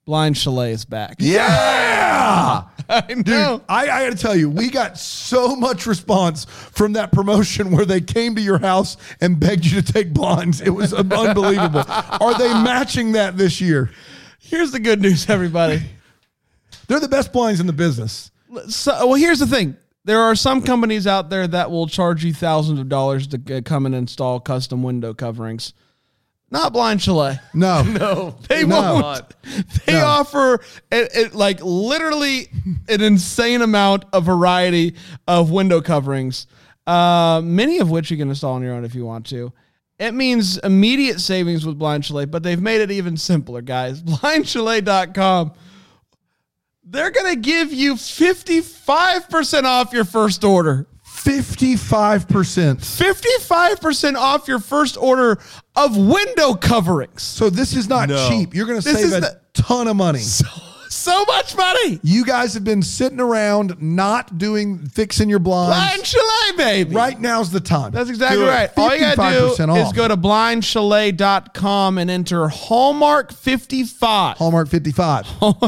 Speaker 2: Blind Chalet is back.
Speaker 3: Yeah.
Speaker 2: I
Speaker 3: Dude,
Speaker 2: know.
Speaker 3: I, I got to tell you, we got so much response from that promotion where they came to your house and begged you to take blinds. It was unbelievable. Are they matching that this year?
Speaker 2: Here's the good news, everybody.
Speaker 3: They're the best blinds in the business.
Speaker 2: So, well, here's the thing. There are some companies out there that will charge you thousands of dollars to g- come and install custom window coverings. Not Blind Chalet.
Speaker 3: No, no.
Speaker 2: They
Speaker 3: No.
Speaker 2: won't. They
Speaker 3: No.
Speaker 2: offer it, it, like literally an insane amount of variety of window coverings, uh, many of which you can install on your own if you want to. It means immediate savings with Blind Chalet, but they've made it even simpler, guys. BlindChalet.com. They're going to give you 55% off your first order.
Speaker 3: 55%.
Speaker 2: 55% off your first order of window coverings.
Speaker 3: So this is not
Speaker 4: No.
Speaker 3: cheap. You're going to
Speaker 2: This
Speaker 3: save
Speaker 2: is
Speaker 3: a
Speaker 2: the-
Speaker 3: ton of money.
Speaker 2: So much money.
Speaker 3: You guys have been sitting around not doing fixing your
Speaker 2: Blind
Speaker 3: blinds.
Speaker 2: Chalet, baby.
Speaker 3: Right now's the time.
Speaker 2: That's exactly
Speaker 3: Do it.
Speaker 2: right. All you gotta do
Speaker 3: 55%
Speaker 2: is
Speaker 3: off.
Speaker 2: go to blindchalet.com and enter Hallmark 55.
Speaker 3: Hallmark 55.
Speaker 2: oh,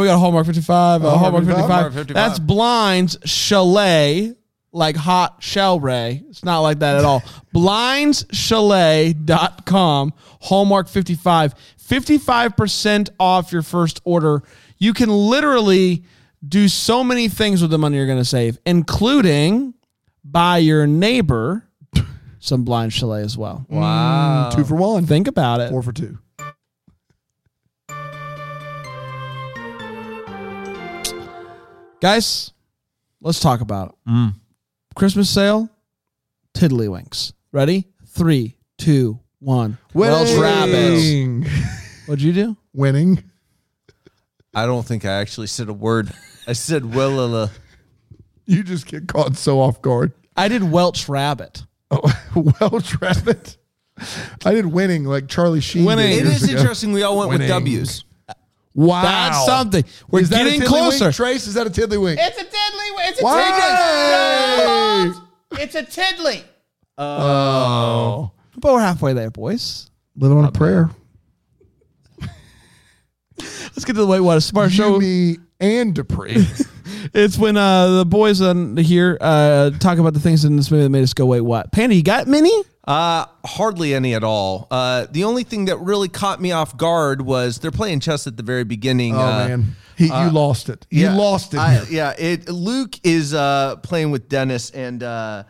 Speaker 2: we got Hallmark 55. uh, Hallmark,
Speaker 3: Hallmark
Speaker 2: 55.
Speaker 3: 55.
Speaker 2: That's Blinds Chalet, like hot shell ray. It's not like that at all. BlindsChalet.com, Hallmark 55. 55% off your first order. You can literally do so many things with the money you're going to save, including buy your neighbor some Blind Chalet as well.
Speaker 4: Wow.
Speaker 3: Mm, Two for one.
Speaker 2: Think about it.
Speaker 3: Four for two.
Speaker 2: guys let's talk about it christmas sale tiddlywinks ready three two one welsh rabbits
Speaker 3: Winning.
Speaker 2: what'd you do
Speaker 3: Winning.
Speaker 4: I don't think I actually said a word. I said uh, willala.
Speaker 3: You just get caught so off guard.
Speaker 2: i did welch rabbit
Speaker 3: Oh, Welsh rabbit. I did winning like Charlie Sheen.
Speaker 2: Winning.
Speaker 3: did
Speaker 4: It
Speaker 3: years
Speaker 4: is
Speaker 3: ago.
Speaker 4: interesting. We all went
Speaker 3: Winning.
Speaker 4: with W's.
Speaker 3: Wow.
Speaker 2: that's something we're
Speaker 3: Is that a
Speaker 2: getting
Speaker 3: tiddlywink?
Speaker 2: closer
Speaker 3: Trace, is that a tiddlywink?
Speaker 5: It's a tiddly. It's a
Speaker 3: Wow.
Speaker 5: tiddly. It's a tiddly.
Speaker 3: Oh.
Speaker 2: but we're halfway there boys
Speaker 3: Living on a prayer.
Speaker 2: let's get to the wait what a smart
Speaker 3: You,
Speaker 2: show
Speaker 3: me, and Dupree.
Speaker 2: it's when uh the boys on here uh talk about the things in this movie that made us go wait what panda you got many
Speaker 4: Uh, hardly any at all. Uh, the only thing that really caught me off guard was they're playing chess at the very beginning.
Speaker 3: oh,
Speaker 4: uh,
Speaker 3: man. He, you lost it. You lost it.
Speaker 4: I-
Speaker 3: here.
Speaker 4: yeah, it. Luke is uh, playing with Dennis, and uh,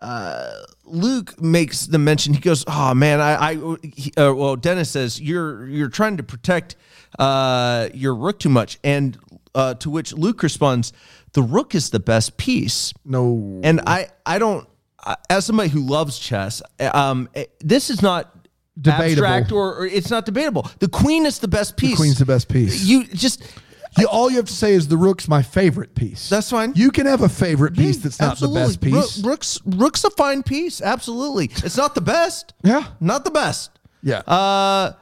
Speaker 4: uh, Luke makes the mention. He goes, "Oh man, I." I he, uh, well, Dennis says, "You're you're trying to protect uh, your rook too much," and uh, to which Luke responds, "The rook is the best piece."
Speaker 3: No.
Speaker 4: And I, I don't, I- as somebody who loves chess, um, eh, this is not
Speaker 3: Debatable.
Speaker 4: abstract or, or it's not debatable. The queen is the best piece.
Speaker 3: Queen's the best piece.
Speaker 4: You just,
Speaker 3: You, all you have to say is the rook's my favorite piece.
Speaker 4: That's fine.
Speaker 3: You can have a favorite piece that's not
Speaker 4: absolutely.
Speaker 3: the best
Speaker 4: Roo-
Speaker 3: piece.
Speaker 4: Rook's, rook's a fine piece. Absolutely. It's not the best.
Speaker 3: Yeah.
Speaker 4: Not the best.
Speaker 3: Yeah.
Speaker 4: Uh,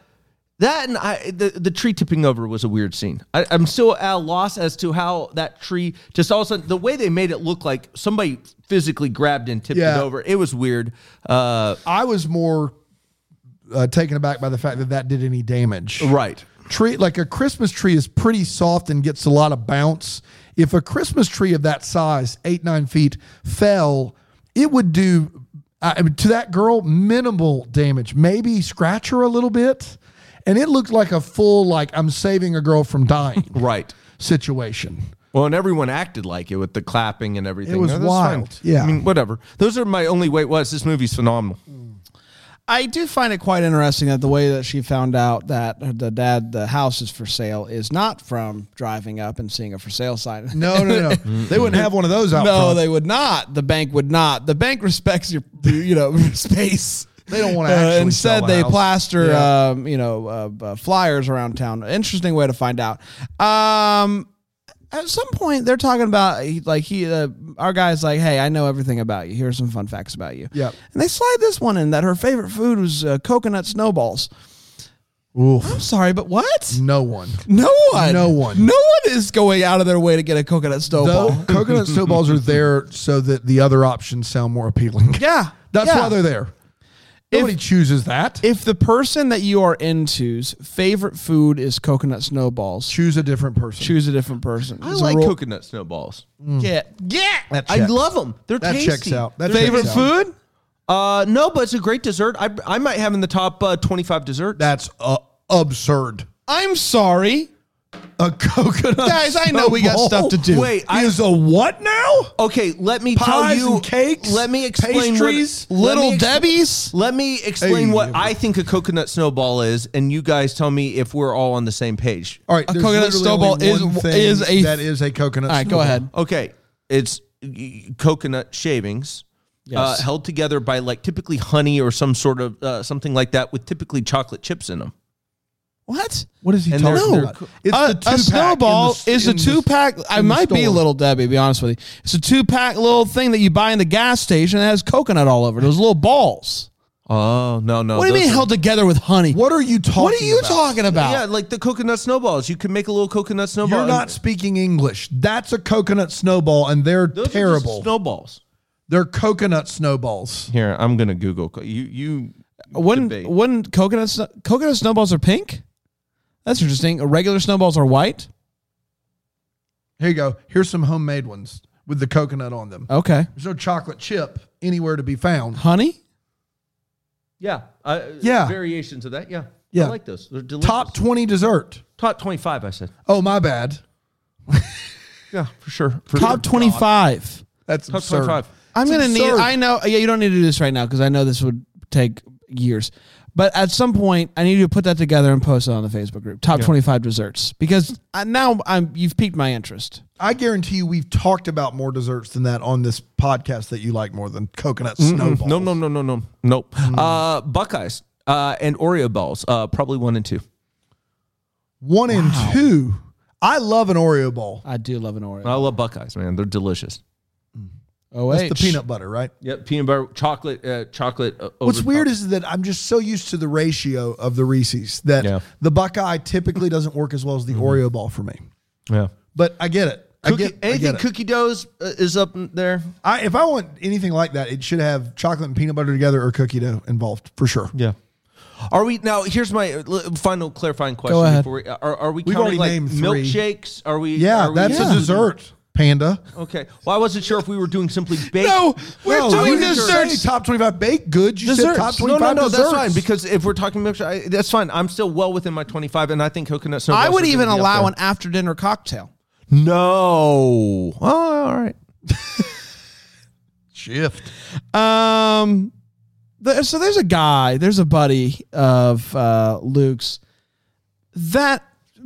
Speaker 4: that and I, the, the tree tipping over was a weird scene. I, I'm still at a loss as to how that tree just all of a sudden the way they made it look like somebody physically grabbed and tipped
Speaker 3: Yeah.
Speaker 4: it over. It was weird. Uh,
Speaker 3: I was more uh, taken aback by the fact that that did any damage.
Speaker 4: right.
Speaker 3: tree, like a Christmas tree, is pretty soft and gets a lot of bounce. If a Christmas tree of that size, eight nine feet, fell, it would do I mean, to that girl minimal damage. Maybe scratch her a little bit, and it looked like a full like I'm saving a girl from dying
Speaker 4: Right.
Speaker 3: situation.
Speaker 4: Well, and everyone acted like it with the clapping and everything.
Speaker 3: was
Speaker 4: that's fine.
Speaker 3: wild. Yeah.
Speaker 4: I mean, whatever. Those are my only wait. Was this movie's phenomenal?
Speaker 2: I do find it quite interesting that the way that she found out that the dad the house is for sale is not from driving up and seeing a for sale sign.
Speaker 3: No, no, no. they wouldn't have one of those out.
Speaker 2: no,
Speaker 3: front.
Speaker 2: they would not. The bank would not. The bank respects your, you know, space.
Speaker 3: They don't wanna
Speaker 2: Uh,
Speaker 3: actually
Speaker 2: instead,
Speaker 4: sell the
Speaker 2: they
Speaker 4: house.
Speaker 2: plaster,
Speaker 3: Yeah.
Speaker 2: um, you know, uh, uh, flyers around town. Interesting way to find out. Um, at some point, they're talking about he- like he, uh, our guy's like, "Hey, I know everything about you. Here's some fun facts about you."
Speaker 3: Yep.
Speaker 2: And they slide this one in that her favorite food was uh, coconut snowballs.
Speaker 3: Oof.
Speaker 2: I'm sorry, but what?
Speaker 3: No one.
Speaker 2: No one.
Speaker 3: No one.
Speaker 2: No one is going out of their way to get a coconut snowball.
Speaker 3: The coconut snowballs are there so that the other options sound more appealing.
Speaker 2: yeah.
Speaker 3: That's
Speaker 2: yeah.
Speaker 3: why they're there. Nobody chooses that.
Speaker 2: if the person that you are into's favorite food is coconut snowballs,
Speaker 3: Choose a different person.
Speaker 2: choose a different person.
Speaker 4: I
Speaker 2: It's a
Speaker 4: like
Speaker 2: rule-
Speaker 4: coconut snowballs.
Speaker 2: Get get
Speaker 3: Mm. That
Speaker 4: I
Speaker 3: checks.
Speaker 4: love them. They're
Speaker 3: That
Speaker 4: tasty.
Speaker 3: checks out. That
Speaker 2: favorite
Speaker 3: checks out.
Speaker 2: food.
Speaker 4: Uh, no, but it's a great dessert. I, I might have in the top uh, 25 desserts.
Speaker 3: That's uh, absurd.
Speaker 2: I'm sorry,
Speaker 3: A coconut.
Speaker 2: guys. I know we got stuff to do.
Speaker 4: Wait, I-
Speaker 3: is a what now?
Speaker 4: Okay, let me
Speaker 3: Pies
Speaker 4: tell you.
Speaker 3: and cakes.
Speaker 4: Let me explain.
Speaker 3: Pastries.
Speaker 4: What, let
Speaker 2: Little
Speaker 4: me expl-
Speaker 2: Debbie's.
Speaker 4: Let me explain
Speaker 3: Hey.
Speaker 4: what I think a coconut snowball is, and you guys tell me if we're all on the same page.
Speaker 3: All right,
Speaker 2: A
Speaker 3: there's
Speaker 2: coconut
Speaker 3: literally
Speaker 2: snowball
Speaker 3: only one
Speaker 2: is-
Speaker 3: thing
Speaker 2: is a-
Speaker 3: that is a coconut.
Speaker 2: All right, go ahead.
Speaker 4: Okay, it's y- coconut shavings. Uh,
Speaker 2: Yes.
Speaker 4: held together by like typically honey or some sort of uh, something like that, with typically chocolate chips in them.
Speaker 2: What?
Speaker 3: What is he
Speaker 4: And
Speaker 3: talking
Speaker 4: they're- they're
Speaker 3: about?
Speaker 4: co-
Speaker 3: It's
Speaker 2: a,
Speaker 3: the
Speaker 2: Uh, a
Speaker 3: two-pack in the
Speaker 2: snowball
Speaker 3: s-
Speaker 2: is
Speaker 3: in
Speaker 2: a
Speaker 3: the-
Speaker 2: two pack. I
Speaker 3: in the
Speaker 2: might be
Speaker 3: store.
Speaker 2: Little Debbie. Be honest with you, it's a two pack little thing that you buy in the gas station that has coconut all over. it. Those little balls.
Speaker 4: Oh no no!
Speaker 2: What do you
Speaker 4: those
Speaker 2: mean
Speaker 4: are-
Speaker 2: held together with honey?
Speaker 3: What are you talking?
Speaker 2: What are you
Speaker 3: about?
Speaker 2: talking about?
Speaker 4: Yeah, like the coconut snowballs. You can make a little coconut snowball.
Speaker 3: You're not speaking English. That's a coconut snowball, and they're
Speaker 4: Those are just
Speaker 3: terrible.
Speaker 4: snowballs.
Speaker 3: they're coconut snowballs.
Speaker 4: Here, I'm gonna Google. co- You you.
Speaker 2: Wouldn't
Speaker 4: debate.
Speaker 2: wouldn't coconut sno- coconut snowballs are pink? That's interesting. Regular snowballs are white.
Speaker 3: Here you go. Here's some homemade ones with the coconut on them.
Speaker 2: Okay,
Speaker 3: There's no chocolate chip anywhere to be found.
Speaker 2: honey.
Speaker 4: Yeah. Uh,
Speaker 3: Yeah.
Speaker 4: Variations of that. Yeah.
Speaker 3: Yeah.
Speaker 4: I like those. They're delicious.
Speaker 3: Top 20 dessert.
Speaker 4: top 25, I said.
Speaker 3: Oh, my bad.
Speaker 4: Yeah, for sure. For
Speaker 2: Top
Speaker 4: sure.
Speaker 2: twenty five.
Speaker 3: That's
Speaker 4: Top
Speaker 3: absurd.
Speaker 4: 25.
Speaker 2: I'm
Speaker 3: It's
Speaker 2: gonna need.
Speaker 3: absurd.
Speaker 2: I know. Yeah, you don't need to do this right now because I know this would take years. But at some point, I need you to put that together and post it on the Facebook group. Top twenty five desserts because I, now I'm you've piqued my interest.
Speaker 3: I guarantee you we've talked about more desserts than that on this podcast that you like more than coconut snowballs.
Speaker 4: No, no, no, no, no. Nope. Uh, Buckeyes uh, and Oreo balls, uh, probably one and two.
Speaker 3: One and two. I love an Oreo ball.
Speaker 2: I do love an Oreo.
Speaker 4: I love Buckeyes, man. They're delicious.
Speaker 2: oh
Speaker 3: That's
Speaker 2: wait,
Speaker 3: the peanut butter, right?
Speaker 4: Yep. Peanut butter, chocolate, uh, chocolate. Uh,
Speaker 3: What's weird is that I'm just so used to the ratio of the Reese's that
Speaker 4: Yeah.
Speaker 3: the Buckeye typically doesn't work as well as the Oreo ball for me.
Speaker 4: Yeah.
Speaker 3: But I get it. I
Speaker 4: Cookie,
Speaker 3: get, I
Speaker 4: anything
Speaker 3: get it.
Speaker 4: cookie doughs uh, is up in there.
Speaker 3: I, if I want anything like that, it should have chocolate and peanut butter together or cookie dough involved for sure.
Speaker 4: Yeah. Are we now? Here's my uh, l- final clarifying question.
Speaker 2: ahead.
Speaker 4: Before we, uh, are, are we
Speaker 3: We've already
Speaker 4: counting like
Speaker 3: named three.
Speaker 4: milkshakes? Are we?
Speaker 3: Yeah,
Speaker 4: are we-
Speaker 3: that's a dessert, Panda.
Speaker 4: Okay. Well, I wasn't sure if we were doing simply baked.
Speaker 2: No, we're
Speaker 3: No,
Speaker 2: doing
Speaker 3: you didn't
Speaker 2: desserts.
Speaker 3: say top twenty-five baked goods. You
Speaker 2: Desserts.
Speaker 3: said top
Speaker 4: No,
Speaker 3: twenty-five
Speaker 4: no, no,
Speaker 3: desserts.
Speaker 4: that's fine. Because if we're talking milkshake, I, that's fine. I'm still well within my 25, and I think coconut snowballs.
Speaker 2: I would
Speaker 4: are gonna
Speaker 2: even
Speaker 4: be up
Speaker 2: allow
Speaker 4: there.
Speaker 2: an after dinner cocktail.
Speaker 4: No. Oh, all right.
Speaker 3: shift.
Speaker 2: Um, there, so there's a guy, there's a buddy of uh, Luke's that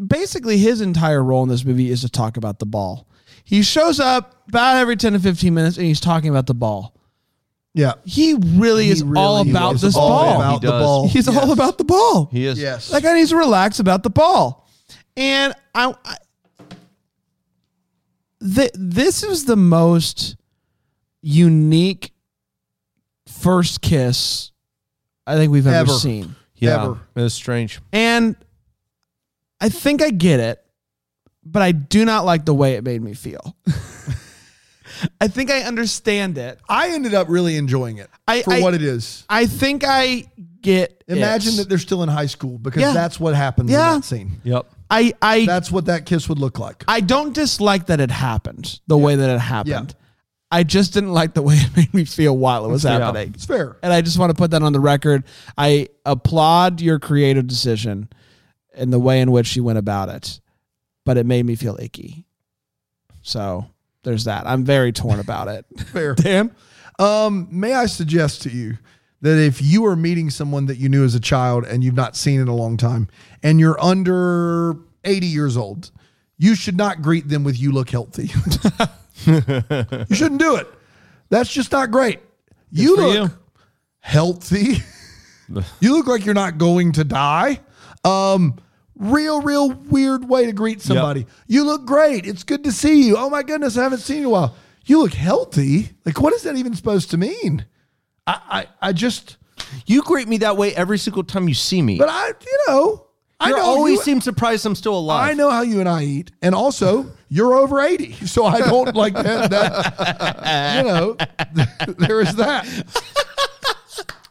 Speaker 2: basically his entire role in this movie is to talk about the ball. He shows up about every 10 to 15 minutes and he's talking about the ball.
Speaker 3: Yeah,
Speaker 2: He really is all
Speaker 3: really
Speaker 2: about
Speaker 3: is
Speaker 2: this
Speaker 3: all
Speaker 2: ball.
Speaker 3: about
Speaker 4: He
Speaker 3: the
Speaker 4: does.
Speaker 3: ball.
Speaker 2: He's all about the ball.
Speaker 4: He is.
Speaker 3: yes.
Speaker 2: That guy needs to relax about the ball. And I, I th- this is the most unique first kiss I think we've ever,
Speaker 3: Ever.
Speaker 2: seen.
Speaker 4: Yeah.
Speaker 3: Ever.
Speaker 4: It's strange.
Speaker 2: And I think I get it, but I do not like the way it made me feel. I think I understand it.
Speaker 3: I ended up really enjoying it
Speaker 2: I-
Speaker 3: for
Speaker 2: I-
Speaker 3: what it is.
Speaker 2: I think I get
Speaker 3: Imagine
Speaker 2: it.
Speaker 3: that they're still in high school because
Speaker 2: Yeah.
Speaker 3: that's what happens
Speaker 2: Yeah.
Speaker 3: in that scene.
Speaker 4: Yep.
Speaker 2: I I
Speaker 3: That's what that kiss would look like.
Speaker 2: I don't dislike that it happened the way that it happened.
Speaker 3: Yeah.
Speaker 2: I just didn't like the way it made me feel while it was happening.
Speaker 3: It's fair.
Speaker 2: And I just want to put that on the record. I applaud your creative decision and the way in which you went about it, but it made me feel icky. So there's that. I'm very torn about it.
Speaker 3: Fair.
Speaker 2: Dan?
Speaker 3: Um, may I suggest to you that if you are meeting someone that you knew as a child and you've not seen in a long time and you're under 80 years old, you should not greet them with you look healthy. you shouldn't do it. That's just not great. you
Speaker 2: for
Speaker 3: look
Speaker 2: you.
Speaker 3: healthy. you look like you're not going to die. Um real real weird way to greet somebody. You look great. It's good to see you. Oh my goodness, I haven't seen you in a while. You look healthy. Like what is that even supposed to mean? I I, I just
Speaker 4: You greet me that way every single time you see me.
Speaker 3: but I you know, I
Speaker 4: you
Speaker 3: know
Speaker 4: always
Speaker 3: you-
Speaker 4: seem surprised I'm still alive.
Speaker 3: I know how you and I eat, and also you're over eighty, so I don't like that. that you know, there is that.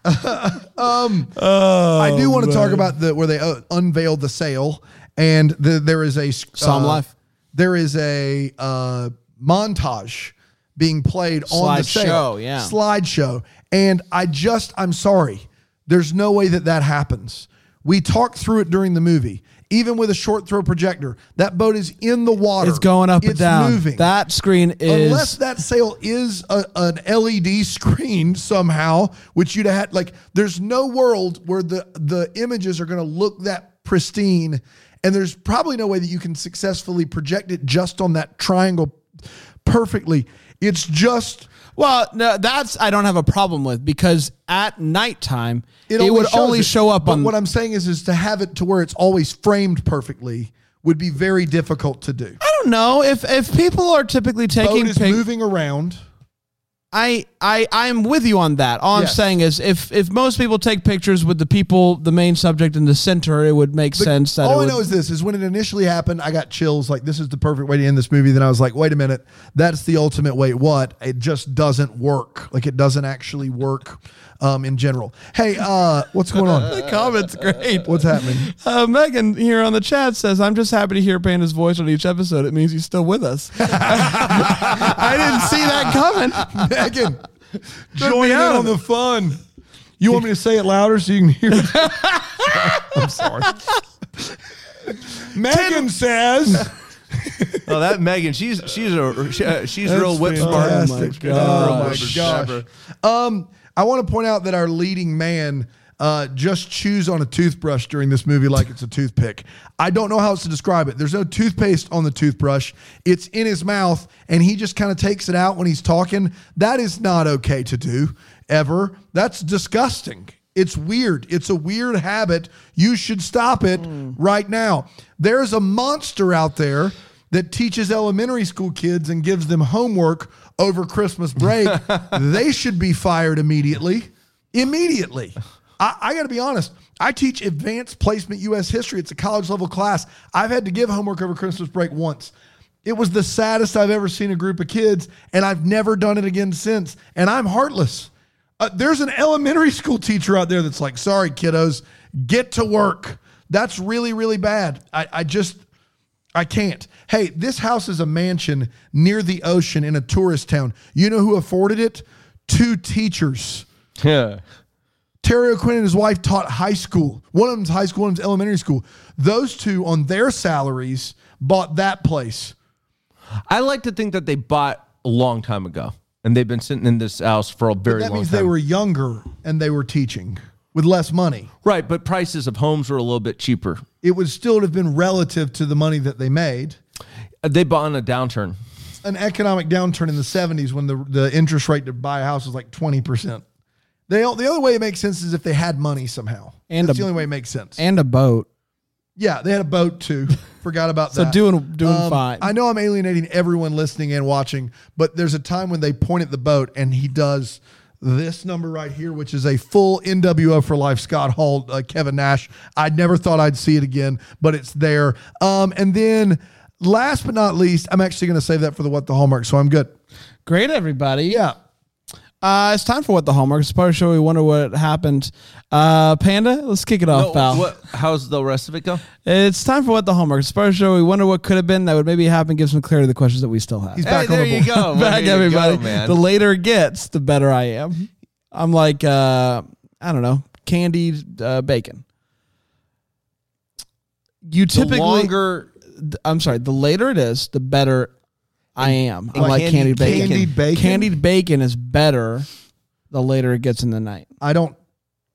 Speaker 3: um, I do want to talk about the where they uh, unveiled the sale, and the, there is a uh,
Speaker 2: Psalm Life.
Speaker 3: There is a uh, montage being played on the sale
Speaker 2: Slideshow, yeah.
Speaker 3: slideshow. And I just, I'm sorry. There's no way that that happens. We talked through it during the movie. Even with a short throw projector, that boat is in the water.
Speaker 2: It's going up and
Speaker 3: It's
Speaker 2: down.
Speaker 3: Moving.
Speaker 2: That screen is
Speaker 3: Unless that sail is a, an LED screen somehow, which you'd had like, there's no world where the the images are going to look that pristine, and there's probably no way that you can successfully project it just on that triangle perfectly. It's just
Speaker 2: Well, no, that's I don't have a problem with because at nighttime it, would
Speaker 3: shows
Speaker 2: only
Speaker 3: it.
Speaker 2: show up
Speaker 3: But
Speaker 2: on
Speaker 3: what I'm saying is, is to have it to where it's always framed perfectly would be very difficult to do.
Speaker 2: I don't know if if people are typically taking
Speaker 3: Boat is
Speaker 2: pic-
Speaker 3: moving around.
Speaker 2: I I I'm with you on that. All
Speaker 3: Yes.
Speaker 2: I'm saying is if if most people take pictures with the people, the main subject in the center, it would make sense that
Speaker 3: All
Speaker 2: it
Speaker 3: I
Speaker 2: would,
Speaker 3: know is this: is when it initially happened, I got chills. Like this is the perfect way to end this movie. Then I was like, wait a minute, that's the ultimate. Wait, what? It just doesn't work. Like it doesn't actually work um, in general. Hey, uh, what's going on?
Speaker 2: comments great.
Speaker 3: What's happening?
Speaker 2: Uh, Megan here on the chat says, "I'm just happy to hear Panda's voice on each episode. It means he's still with us." I didn't see that coming.
Speaker 3: Megan, join in
Speaker 2: out.
Speaker 3: on the fun. You want me to say it louder so you can hear it? I'm sorry. Megan says,
Speaker 4: Oh, that Megan, she's she's a she, uh, she's real whip smart.
Speaker 3: fantastic.
Speaker 2: Oh my God.
Speaker 3: Oh my gosh. Um, I want to point out that our leading man uh, just chews on a toothbrush during this movie like it's a toothpick. I don't know how else to describe it. There's no toothpaste on the toothbrush. It's in his mouth, and he just kind of takes it out when he's talking. That is not okay to do ever. That's disgusting. It's weird. It's a weird habit. You should stop it right now. There's a monster out there that teaches elementary school kids and gives them homework over Christmas break. they should be fired immediately. Immediately. I, I got to be honest. I teach advanced placement U.S. history. It's a college level class. I've had to give homework over Christmas break once. It was the saddest I've ever seen a group of kids, and I've never done it again since. And I'm heartless. Uh, there's an elementary school teacher out there that's like, sorry, kiddos, get to work. That's really, really bad. I, I just, I can't. Hey, this house is a mansion near the ocean in a tourist town. You know who afforded it? Two teachers.
Speaker 4: Yeah.
Speaker 3: Terry O'Quinn and his wife taught high school. One of them's high school, one of them's elementary school. Those two, on their salaries, bought that place.
Speaker 4: I like to think that they bought a long time ago, and they've been sitting in this house for a very
Speaker 3: That
Speaker 4: long
Speaker 3: means
Speaker 4: time.
Speaker 3: they were younger and they were teaching with less money.
Speaker 4: right, but prices of homes were a little bit cheaper.
Speaker 3: It would still have been relative to the money that they made.
Speaker 4: Uh, They bought on a downturn.
Speaker 3: an economic downturn in the 70s when the, the interest rate to buy a house was like 20%. They, all- the only way it makes sense is if they had money somehow.
Speaker 2: And
Speaker 3: That's
Speaker 2: a-
Speaker 3: the only way it makes sense.
Speaker 2: And a boat.
Speaker 3: yeah, they had a boat too. Forgot about
Speaker 2: So
Speaker 3: that.
Speaker 2: doing doing
Speaker 3: Um,
Speaker 2: fine.
Speaker 3: I know I'm alienating everyone listening and watching, but there's a time when they point at the boat and he does this number right here, which is a full NWO for life Scott Hall, uh, Kevin Nash. I never thought I'd see it again, but it's there. Um, and then last but not least, I'm actually going to save that for the What the Hallmark, so I'm good.
Speaker 2: Great, everybody.
Speaker 3: Yeah.
Speaker 2: Uh, it's time for what the homework. It's part of the show. We wonder what happened. Uh, Panda, let's kick it off, pal.
Speaker 4: Oh, what, how's the rest of it go?
Speaker 2: It's time for what the homework. It's part of the show. We wonder what could have been that would maybe happen. Give some clarity to the questions that we still have.
Speaker 4: He's back on
Speaker 2: there
Speaker 4: the
Speaker 2: you
Speaker 4: board.
Speaker 2: go.
Speaker 4: Well,
Speaker 2: back
Speaker 4: there you go,
Speaker 2: everybody.
Speaker 4: man.
Speaker 2: The later it gets, the better I am. I'm like uh, I don't know, candied uh, bacon. You typically
Speaker 4: the longer
Speaker 2: th- I'm sorry, the later it is, the better I am. I
Speaker 4: and
Speaker 2: like candied,
Speaker 4: candied
Speaker 2: bacon.
Speaker 3: candied bacon?
Speaker 2: Candied bacon is better the later it gets in the night.
Speaker 3: I don't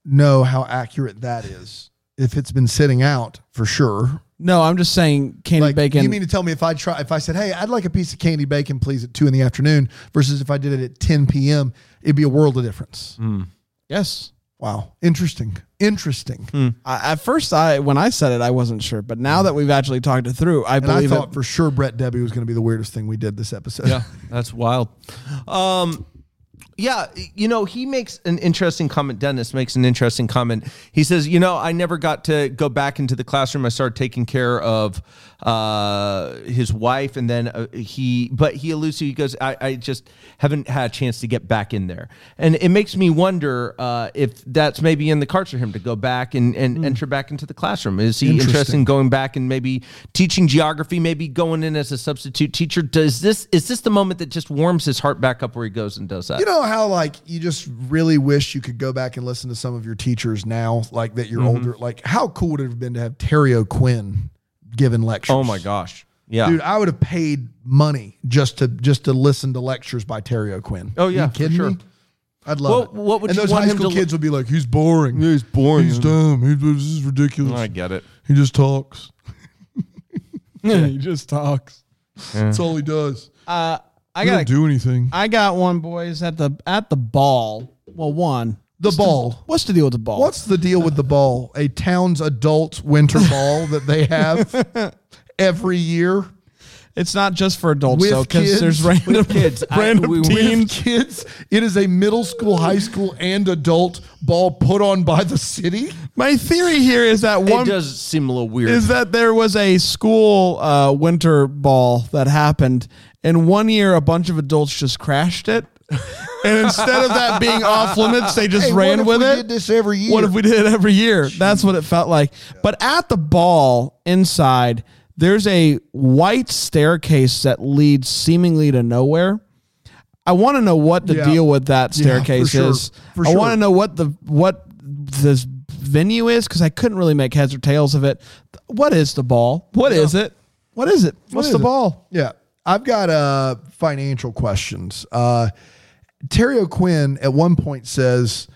Speaker 3: know how accurate that is. If it's been sitting out for sure.
Speaker 2: No, I'm just saying candied
Speaker 3: Like
Speaker 2: bacon.
Speaker 3: you mean to tell me if I try if I said, Hey, I'd like a piece of candy bacon, please, at two in the afternoon versus if I did it at ten PM, it'd be a world of difference.
Speaker 4: Hmm.
Speaker 2: yes.
Speaker 3: Wow. Interesting. Interesting.
Speaker 4: Hmm.
Speaker 2: I, at first, I when I said it, I wasn't sure, but now that we've actually talked it through, I
Speaker 3: And I
Speaker 2: believe
Speaker 3: thought
Speaker 2: it.
Speaker 3: for sure Brett Debbie was going to be the weirdest thing we did this episode.
Speaker 4: Yeah, that's wild. Um, yeah, you know, he makes an interesting comment. Dennis makes an interesting comment. He says, You know, I never got to go back into the classroom. I started taking care of uh, his wife. And then uh, he, but he alludes to, he goes, I, I just haven't had a chance to get back in there. And it makes me wonder uh, if that's maybe in the cards for him to go back and, and enter back into the classroom. Is he interested in going back and maybe teaching geography, maybe going in as a substitute teacher? Does this, is this the moment that just warms his heart back up where he goes and does that?
Speaker 3: You know how like you just really wish you could go back and listen to some of your teachers now, like that
Speaker 4: Mm-hmm.
Speaker 3: you're older. Like how cool would it have been to have Terry O'Quinn giving lectures?
Speaker 4: Oh my gosh. Yeah.
Speaker 3: Dude, I would have paid money just to just to listen to lectures by Terry O'Quinn.
Speaker 4: Oh, yeah,
Speaker 3: you
Speaker 4: for
Speaker 3: kidding
Speaker 4: sure.
Speaker 3: me? I'd love
Speaker 4: What-
Speaker 3: it.
Speaker 4: what would
Speaker 3: and
Speaker 4: you
Speaker 3: those
Speaker 4: want
Speaker 3: high
Speaker 4: him
Speaker 3: school
Speaker 4: to
Speaker 3: kids would be like, "He's boring. he's boring. He's dumb. He's, this is ridiculous.
Speaker 4: I get it.
Speaker 3: He just talks.
Speaker 2: he just talks.
Speaker 3: That's all he does.
Speaker 2: Uh, I
Speaker 3: He
Speaker 2: got,
Speaker 3: doesn't do anything.
Speaker 2: I got one, boys. At the at the ball. Well, one.
Speaker 3: The ball.
Speaker 2: What's the deal with the ball?
Speaker 3: What's the deal with the ball? A town's adult winter ball that they have every year
Speaker 2: It's not just for adults
Speaker 3: With
Speaker 2: though, because
Speaker 3: kids.
Speaker 2: there's random
Speaker 4: kids. I-
Speaker 2: random
Speaker 4: we- we-
Speaker 2: teams.
Speaker 3: kids. It is a middle school, high school, and adult ball put on by the city.
Speaker 2: My theory here is that
Speaker 4: It
Speaker 2: one
Speaker 4: does seem a little weird.
Speaker 2: is that there was a school uh, winter ball that happened, and one year a bunch of adults just crashed it, and instead of that being off limits, they just
Speaker 3: Hey, what
Speaker 2: ran
Speaker 3: if
Speaker 2: with
Speaker 3: we
Speaker 2: it.
Speaker 3: did this every year?
Speaker 2: What if we did it every year? That's what it felt like. But at the ball inside, there's a white staircase that leads seemingly to nowhere. I want to know what the
Speaker 3: Yeah.
Speaker 2: deal with that
Speaker 3: Yeah, for
Speaker 2: staircase
Speaker 3: sure.
Speaker 2: is.
Speaker 3: For
Speaker 2: I
Speaker 3: sure.
Speaker 2: want to know what the what this venue is because I couldn't really make heads or tails of it. What is the ball? What is it? What is it? What's
Speaker 3: is
Speaker 2: the
Speaker 3: it?
Speaker 2: ball?
Speaker 3: Yeah. I've got uh, financial questions. Uh, Terry O'Quinn at one point says,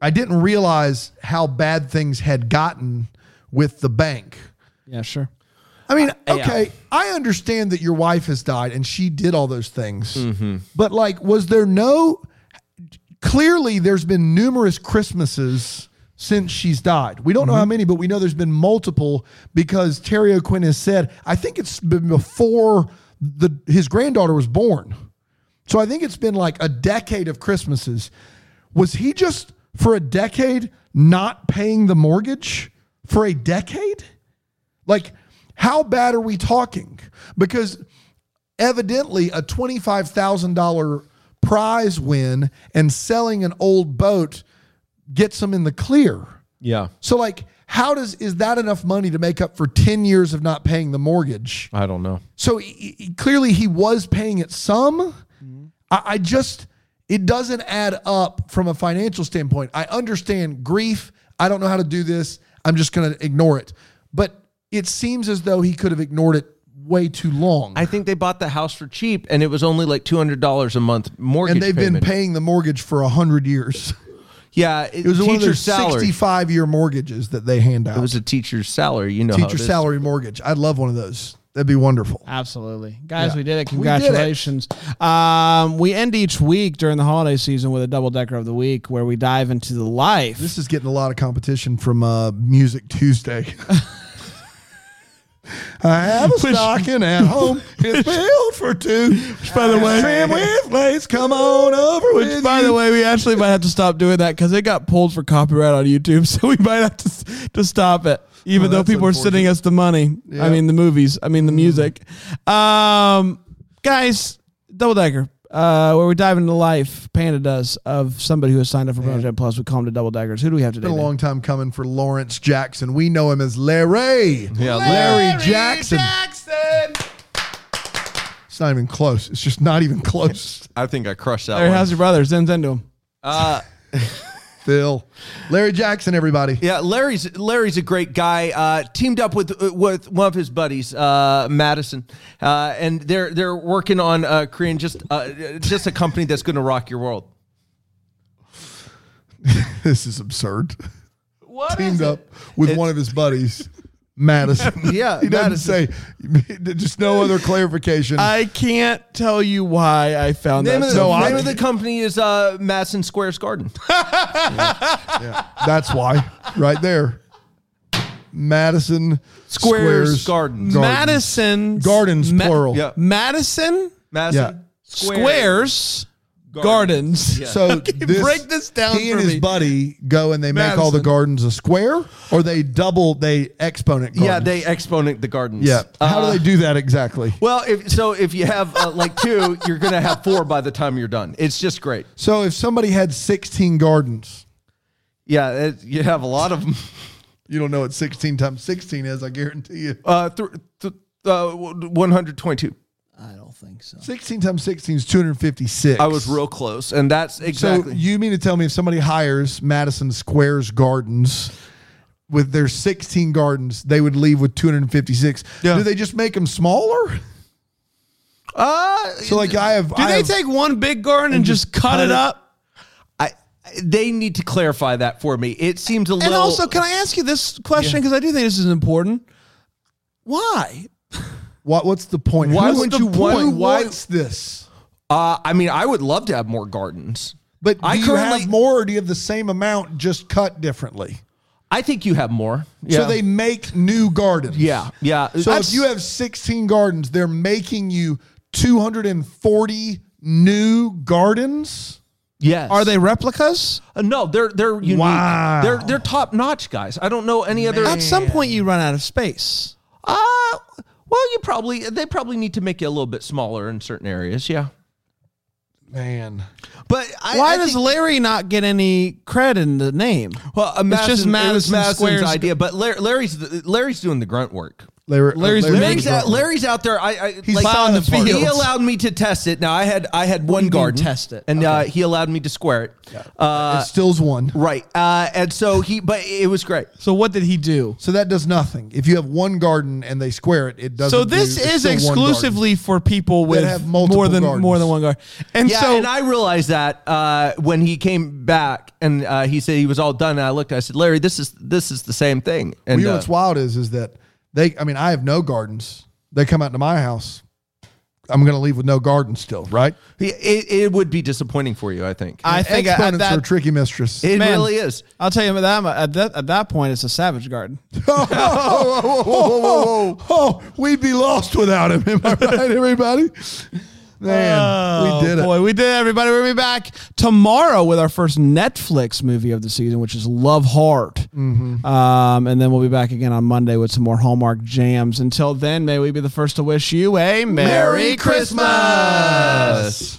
Speaker 3: I didn't realize how bad things had gotten with the bank.
Speaker 2: Yeah, sure.
Speaker 3: I mean, okay, I understand that your wife has died and she did all those things. But like, was there no clearly there's been numerous Christmases since she's died. We don't know how many, but we know there's been multiple because Terry O'Quinn has said, I think it's been before the his granddaughter was born. So I think it's been like a decade of Christmases. Was he just for a decade not paying the mortgage for a decade? Like, how bad are we talking? Because evidently, a $25,000 prize win and selling an old boat gets them in the clear.
Speaker 4: yeah.
Speaker 3: So, like, how does is that enough money to make up for 10 years of not paying the mortgage?
Speaker 4: I don't know.
Speaker 3: So he, he- clearly, he was paying it some.
Speaker 4: Mm-hmm.
Speaker 3: I, I just, it doesn't add up from a financial standpoint. I understand grief. I don't know how to do this. I'm just going to ignore it. But it seems as though he could have ignored it way too long.
Speaker 4: I think they bought the house for cheap and it was only like $200 a month mortgage.
Speaker 3: and they've been
Speaker 4: payment.
Speaker 3: paying the mortgage for 100 years.
Speaker 4: Yeah.
Speaker 3: It
Speaker 4: It,
Speaker 3: was
Speaker 4: teacher's
Speaker 3: one of those
Speaker 4: salary.
Speaker 3: 65 year mortgages that they hand out.
Speaker 4: It was Oh, a teacher's salary. You know, how
Speaker 3: teacher
Speaker 4: it is.
Speaker 3: salary mortgage. I'd love one of those. That'd be wonderful.
Speaker 2: Absolutely. Guys,
Speaker 3: Yeah.
Speaker 2: we did it.
Speaker 3: We did it.
Speaker 2: Congratulations. Um, we end each week during the holiday season with a double decker of the week where we dive into the life.
Speaker 3: This is getting a lot of competition from uh, Music Tuesday. I have a stocking at home. It's filled for two. Which,
Speaker 2: by the way-
Speaker 3: trim with lace. Come on over.
Speaker 2: which,
Speaker 3: with
Speaker 2: by
Speaker 3: you.
Speaker 2: the way, we actually might have to stop doing that because it got pulled for copyright on YouTube. So we might have to, s- to stop it, even
Speaker 3: Oh,
Speaker 2: though
Speaker 3: that's
Speaker 2: people are sending
Speaker 3: unfortunate.
Speaker 2: us the money. I
Speaker 3: Yeah. Mm.
Speaker 2: mean, the movies. I mean, the music. Um, guys, double decker. uh, where we dive into the life Panda does of somebody who has signed up for Promotion Plus. We call him the Double Daggers. Who do we have today?
Speaker 3: Been a
Speaker 2: Nick?
Speaker 3: long time coming for Lawrence Jackson. We know him as Larry.
Speaker 4: Yeah,
Speaker 3: Larry,
Speaker 4: Larry
Speaker 3: Jackson.
Speaker 5: Jackson.
Speaker 3: It's not even close. It's just not even close.
Speaker 4: I think I crushed that
Speaker 2: Larry,
Speaker 4: one.
Speaker 2: how's your brother? Zen's into him.
Speaker 3: Phil, Larry Jackson, everybody.
Speaker 4: Yeah, Larry's Larry's a great guy. Uh, teamed up with with one of his buddies, uh, Madison, uh, and they're they're working on uh, creating just uh, just a company that's going to rock your world.
Speaker 3: This is absurd.
Speaker 4: What
Speaker 3: Teamed up with one of his buddies, Madison.
Speaker 4: Yeah,
Speaker 3: he doesn't say. Just no other clarification.
Speaker 2: I can't tell you why I found
Speaker 4: Name,
Speaker 2: that.
Speaker 4: of the,
Speaker 2: so
Speaker 3: No, I-
Speaker 4: name of the company is uh, Madison Square's Garden.
Speaker 3: That's why, right there, Madison
Speaker 4: Squares Garden.
Speaker 2: Madison
Speaker 3: Gardens,
Speaker 2: Ma-
Speaker 3: plural.
Speaker 4: Yeah.
Speaker 2: Madison
Speaker 4: Madison
Speaker 3: Yeah.
Speaker 2: Squares Gardens.
Speaker 3: So this,
Speaker 2: break this down
Speaker 3: He
Speaker 2: for
Speaker 3: and his
Speaker 2: me.
Speaker 3: buddy go and they make all the
Speaker 2: Madison.
Speaker 3: gardens a square, or they double they exponent. Gardens.
Speaker 4: Yeah, they exponent the gardens.
Speaker 3: Yeah. How
Speaker 4: Uh,
Speaker 3: do they do that exactly?
Speaker 4: Well, if, so if you have uh, like two, you're going to have four by the time you're done. It's just great.
Speaker 3: So if somebody had 16 gardens,
Speaker 4: Yeah, it, you have a lot of them.
Speaker 3: you don't know what 16 times 16 is. I guarantee you.
Speaker 4: Uh, th- th- uh, 122.
Speaker 1: I don't think so.
Speaker 3: 16 times 16 is 256.
Speaker 4: I was real close, and that's exactly.
Speaker 3: So you mean to tell me if somebody hires Madison Squares Gardens with their 16 gardens, they would leave with 256?
Speaker 4: Yeah.
Speaker 3: Do they just make them smaller?
Speaker 4: uh,
Speaker 3: So like I have,
Speaker 2: Do
Speaker 3: I
Speaker 2: they
Speaker 3: have-
Speaker 2: take one big garden and just, cut, it up?
Speaker 4: I, they need to clarify that for me. It seems a
Speaker 2: And
Speaker 4: little.
Speaker 2: also, can I ask you this question? Because I do think this is important. Why?
Speaker 3: what? What's the point?
Speaker 4: Why
Speaker 3: Who-
Speaker 4: would
Speaker 3: what's
Speaker 4: you
Speaker 3: the
Speaker 4: want-
Speaker 3: point? Who
Speaker 4: why-
Speaker 3: wants this?
Speaker 4: uh, I mean, I would love to have more gardens.
Speaker 3: But do
Speaker 4: I
Speaker 3: you
Speaker 4: currently-
Speaker 3: have more, or do you have the same amount just cut differently?
Speaker 4: I think you have more.
Speaker 3: So they make new gardens.
Speaker 4: Yeah, yeah.
Speaker 3: So if you have 16 gardens, they're making you 240 new gardens.
Speaker 4: yes,
Speaker 2: Are they replicas?
Speaker 4: Uh, no, they're they're unique.
Speaker 3: Wow.
Speaker 4: They're they're top notch guys. I don't know any other.
Speaker 2: At some point, you run out of space.
Speaker 4: Uh, well, you probably they probably need to make you a little bit smaller in certain areas. Yeah,
Speaker 3: Man.
Speaker 4: but I,
Speaker 2: Why
Speaker 4: I
Speaker 2: does
Speaker 4: think-
Speaker 2: Larry not get any credit in the name?
Speaker 4: Well, uh,
Speaker 2: It's
Speaker 4: Madison,
Speaker 2: just
Speaker 4: it was
Speaker 2: Madison
Speaker 4: Madison's
Speaker 2: Square's-
Speaker 4: idea, but Larry, Larry's the- Larry's doing the grunt work.
Speaker 3: Larry,
Speaker 2: Larry's
Speaker 4: Larry's out, Larry's out there. I, I
Speaker 3: He's plowing the
Speaker 4: He
Speaker 2: fields.
Speaker 4: allowed me to test it. Now I had I had one
Speaker 2: mean
Speaker 4: garden
Speaker 2: test it?
Speaker 4: and uh, he allowed me to square it. Uh,
Speaker 3: it still's one.
Speaker 4: right, uh, and so he, but it was great.
Speaker 2: So what did he do?
Speaker 3: So that does nothing. If you have one garden and they square it, it doesn't.
Speaker 2: So this
Speaker 3: do- it's
Speaker 2: is
Speaker 3: still one garden.
Speaker 2: exclusively for people with
Speaker 3: have multiple
Speaker 2: more than more
Speaker 3: gardens.
Speaker 2: than one garden. And
Speaker 4: Yeah,
Speaker 2: so
Speaker 4: and I realized that uh, when he came back and uh, he said he was all done. And I looked, I said, Larry, this is this is the same thing. And
Speaker 3: you know
Speaker 4: uh,
Speaker 3: what's wild is is that they. I mean, I have no gardens. They come out to my house. I'm going to leave with no garden still, right?
Speaker 4: it, it would be disappointing for you, I think.
Speaker 2: I think at
Speaker 3: Exponents are a
Speaker 2: that,
Speaker 3: tricky mistress.
Speaker 4: it
Speaker 2: man.
Speaker 4: really is.
Speaker 2: I'll tell you that at that at that point it's a savage garden.
Speaker 3: oh, we'd be lost without him. Am I right, everybody? Man, we did
Speaker 2: Oh, boy,
Speaker 3: it.
Speaker 2: we did it, everybody. We're gonna be back tomorrow with our first Netflix movie of the season, which is Love Hard.
Speaker 3: Mm-hmm.
Speaker 2: Um, and then we'll be back again on Monday with some more Hallmark jams. Until then, may we be the first to wish you a Merry Christmas.